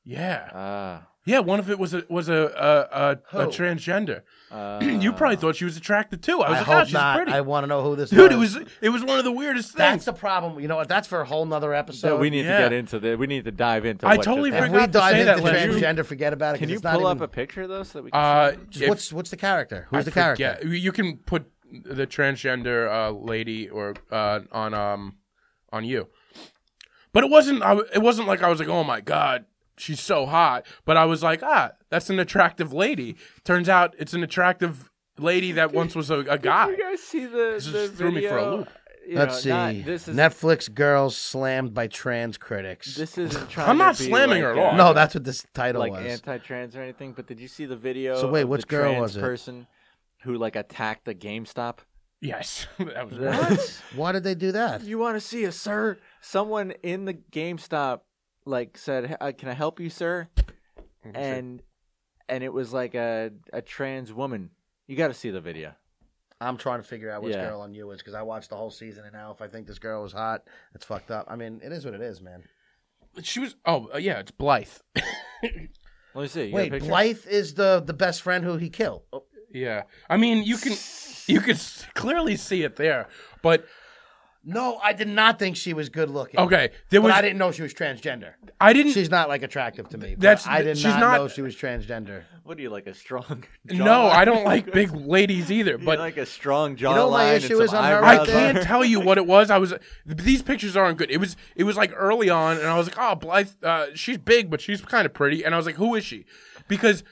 Yeah, Ah. yeah. One of it was a was a a, a, a Who? transgender. Uh, you probably thought she was attractive too. I was I like, hope oh, she's not. pretty. I want to know who this Dude, it was it was one of the weirdest things. That's the problem. You know what? That's for a whole nother episode. So we need yeah. to get into the. We need to dive into. I what totally just if happened. forgot we to dive say that into last year. transgender, forget about it. Can 'cause you it's not pull up even- a picture though, so that we can? uh, see it? Just if- what's what's the character? Who's I the forget. character? You can put the transgender uh, lady or uh, on um on you, but it wasn't. I, w- it wasn't like I was like, oh my god, she's so hot. But I was like, ah, that's an attractive lady. Turns out it's an attractive lady that once was a, a guy. Did you guys see the? This the just threw me for a video? loop. You Let's see. know, not- this is Netflix girls slammed by trans critics. this isn't trying. I'm not to be slamming like, her at uh, all. no, that's what this title like was. anti-trans or anything. But did you see the video? So wait, of which the girl trans was it? Person who like attacked the GameStop. Yes, that was. What? Why did they do that? you want to see us, sir? Someone in the GameStop like said, "H- uh, "Can I help you, sir?" And and it was like a a trans woman. You got to see the video. I'm trying to figure out which Yeah. girl on you is because I watched the whole season and now if I think this girl is hot, it's fucked up. I mean, it is what it is, man. she was. Oh uh, yeah, it's Blythe. Let me see. You got a Wait, picture? Blythe is the the best friend who he killed. Oh, yeah, I mean you can you can s- clearly see it there, but No, I did not think she was good looking. okay, there but was. I didn't know she was transgender. I didn't. She's not like attractive to me. but That's- I did she's not, not- know she was transgender. What do you like? A strong? No, jawline? I don't like big ladies either. You But like a strong jawline. know my and issue some is on her I right eyebrows. there? can't tell you what it was. I was these pictures aren't good. It was it was like early on, and I was like, oh, Blythe, uh, she's big, but she's kind of pretty. And I was like, who is she? Because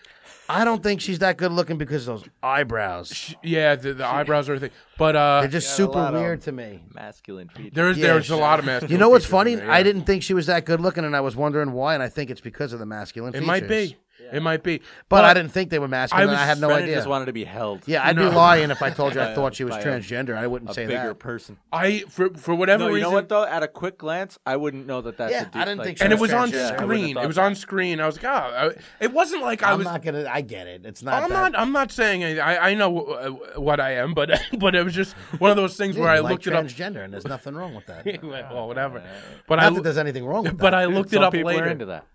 I don't think she's that good looking because of those eyebrows. she- yeah, the, the eyebrows are a thing. But uh, They're just got a super lot of- weird to me. Masculine feet. there's Yeah, there's a she- lot of masculine. You know what's features in funny? there, yeah. I didn't think she was that good looking, and I was wondering why. And I think it's because of the masculine. It might features. be. It might be. but I didn't think they were masculine. I I, was- had no Brennan idea. just wanted to be held. yeah, I'd No. be lying if I told you I a- thought she was by a- transgender. I wouldn't a say bigger that. person. I for for whatever No, you reason. know what though? At a quick glance, I wouldn't know that that's Yeah, a dude. I didn't like, think so. and it was on Yeah, I would've screen. It thought was that. on screen. I was like, oh, I- it wasn't like I I'm was not gonna. I get it. It's not. I'm that- not. I'm not saying. anything. I I know uh, what I am, but but it was just one of those things Dude, where I like looked it up. transgender, and there's nothing wrong with that. well, whatever. But I not that loo- there's anything wrong with but that. I looked Some it up people are into later. that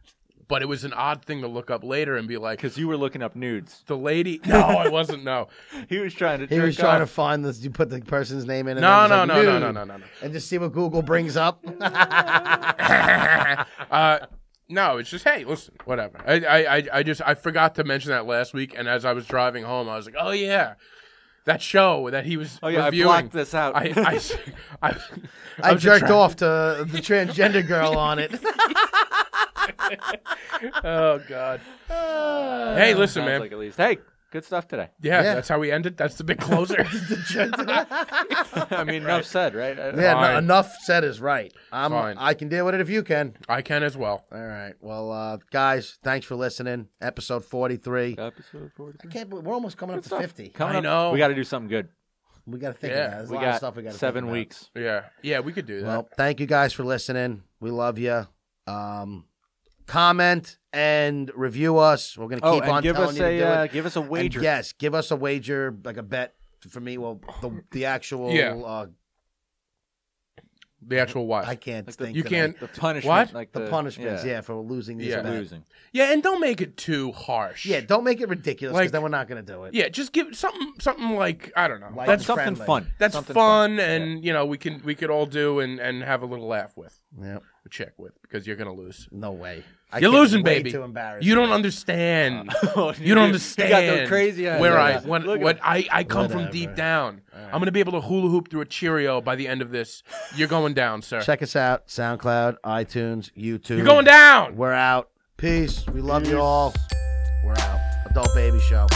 But it was an odd thing to look up later and be like, because you were looking up nudes. the lady. No, I wasn't. No, He was trying to. he was trying to find this. You put the person's name in. And no, then no, it's no, like, no, "Nude," no, no, no, no. And just see what Google brings up. Uh, no, it's just hey, listen, whatever. I, I, I, I just I forgot to mention that last week, and as I was driving home, I was like, oh yeah, that show that he was. Oh yeah, reviewing, I blocked this out. I, I, s- I- I was jerked attracted- off to the transgender girl on it. Oh god. hey, listen, Sounds man. Like at least, hey, good stuff today. yeah, Yeah. that's how we ended. That's the big closer. I mean, enough said, right? I- Yeah, Fine. no, enough said is right. I'm, Fine. I can deal with it if you can. I can as well. All right. Well, uh, guys, thanks for listening. Episode 43. Episode forty. I can't believe we're almost coming up to 50. Coming I up, know. we got to do something good. We got to think Yeah, of that. There's a We lot got of stuff we got to seven weeks. Yeah, yeah, we could do that. Well, thank you guys for listening. We love you. Um, comment and review us. We're going to Oh, keep and on give telling us you to a do uh, it. give us a And wager. yes, give us a wager, like a bet for me. Well, the, the actual. Yeah. Uh, the actual watch. I can't Like the- uh, think you tonight. can't. The punishment, What? like the, The punishments, yeah, for losing this Yeah. bet. losing. Yeah, and don't make it too harsh. Yeah, don't make it ridiculous because Like- then we're not going to do it. yeah, just give something, something like I don't know. Like- that's Some- something friendly. fun. that's Something fun, and you know we can we could all do and and have a little laugh with, Yep. a check with, because you're gonna lose. No way. I You're can't- losing, way baby. Too embarrassed. You don't understand. Uh. Oh, You don't You got understand those crazy eyes. where I Yeah. what, Look at what I, I come from Whatever. deep down. I'm gonna be able to hula hoop through a Cheerio by the end of this. You're going down, sir. Check us out: SoundCloud, iTunes, YouTube. You're going down. We're out. Peace. We love you all. We're out. Adult Baby Show.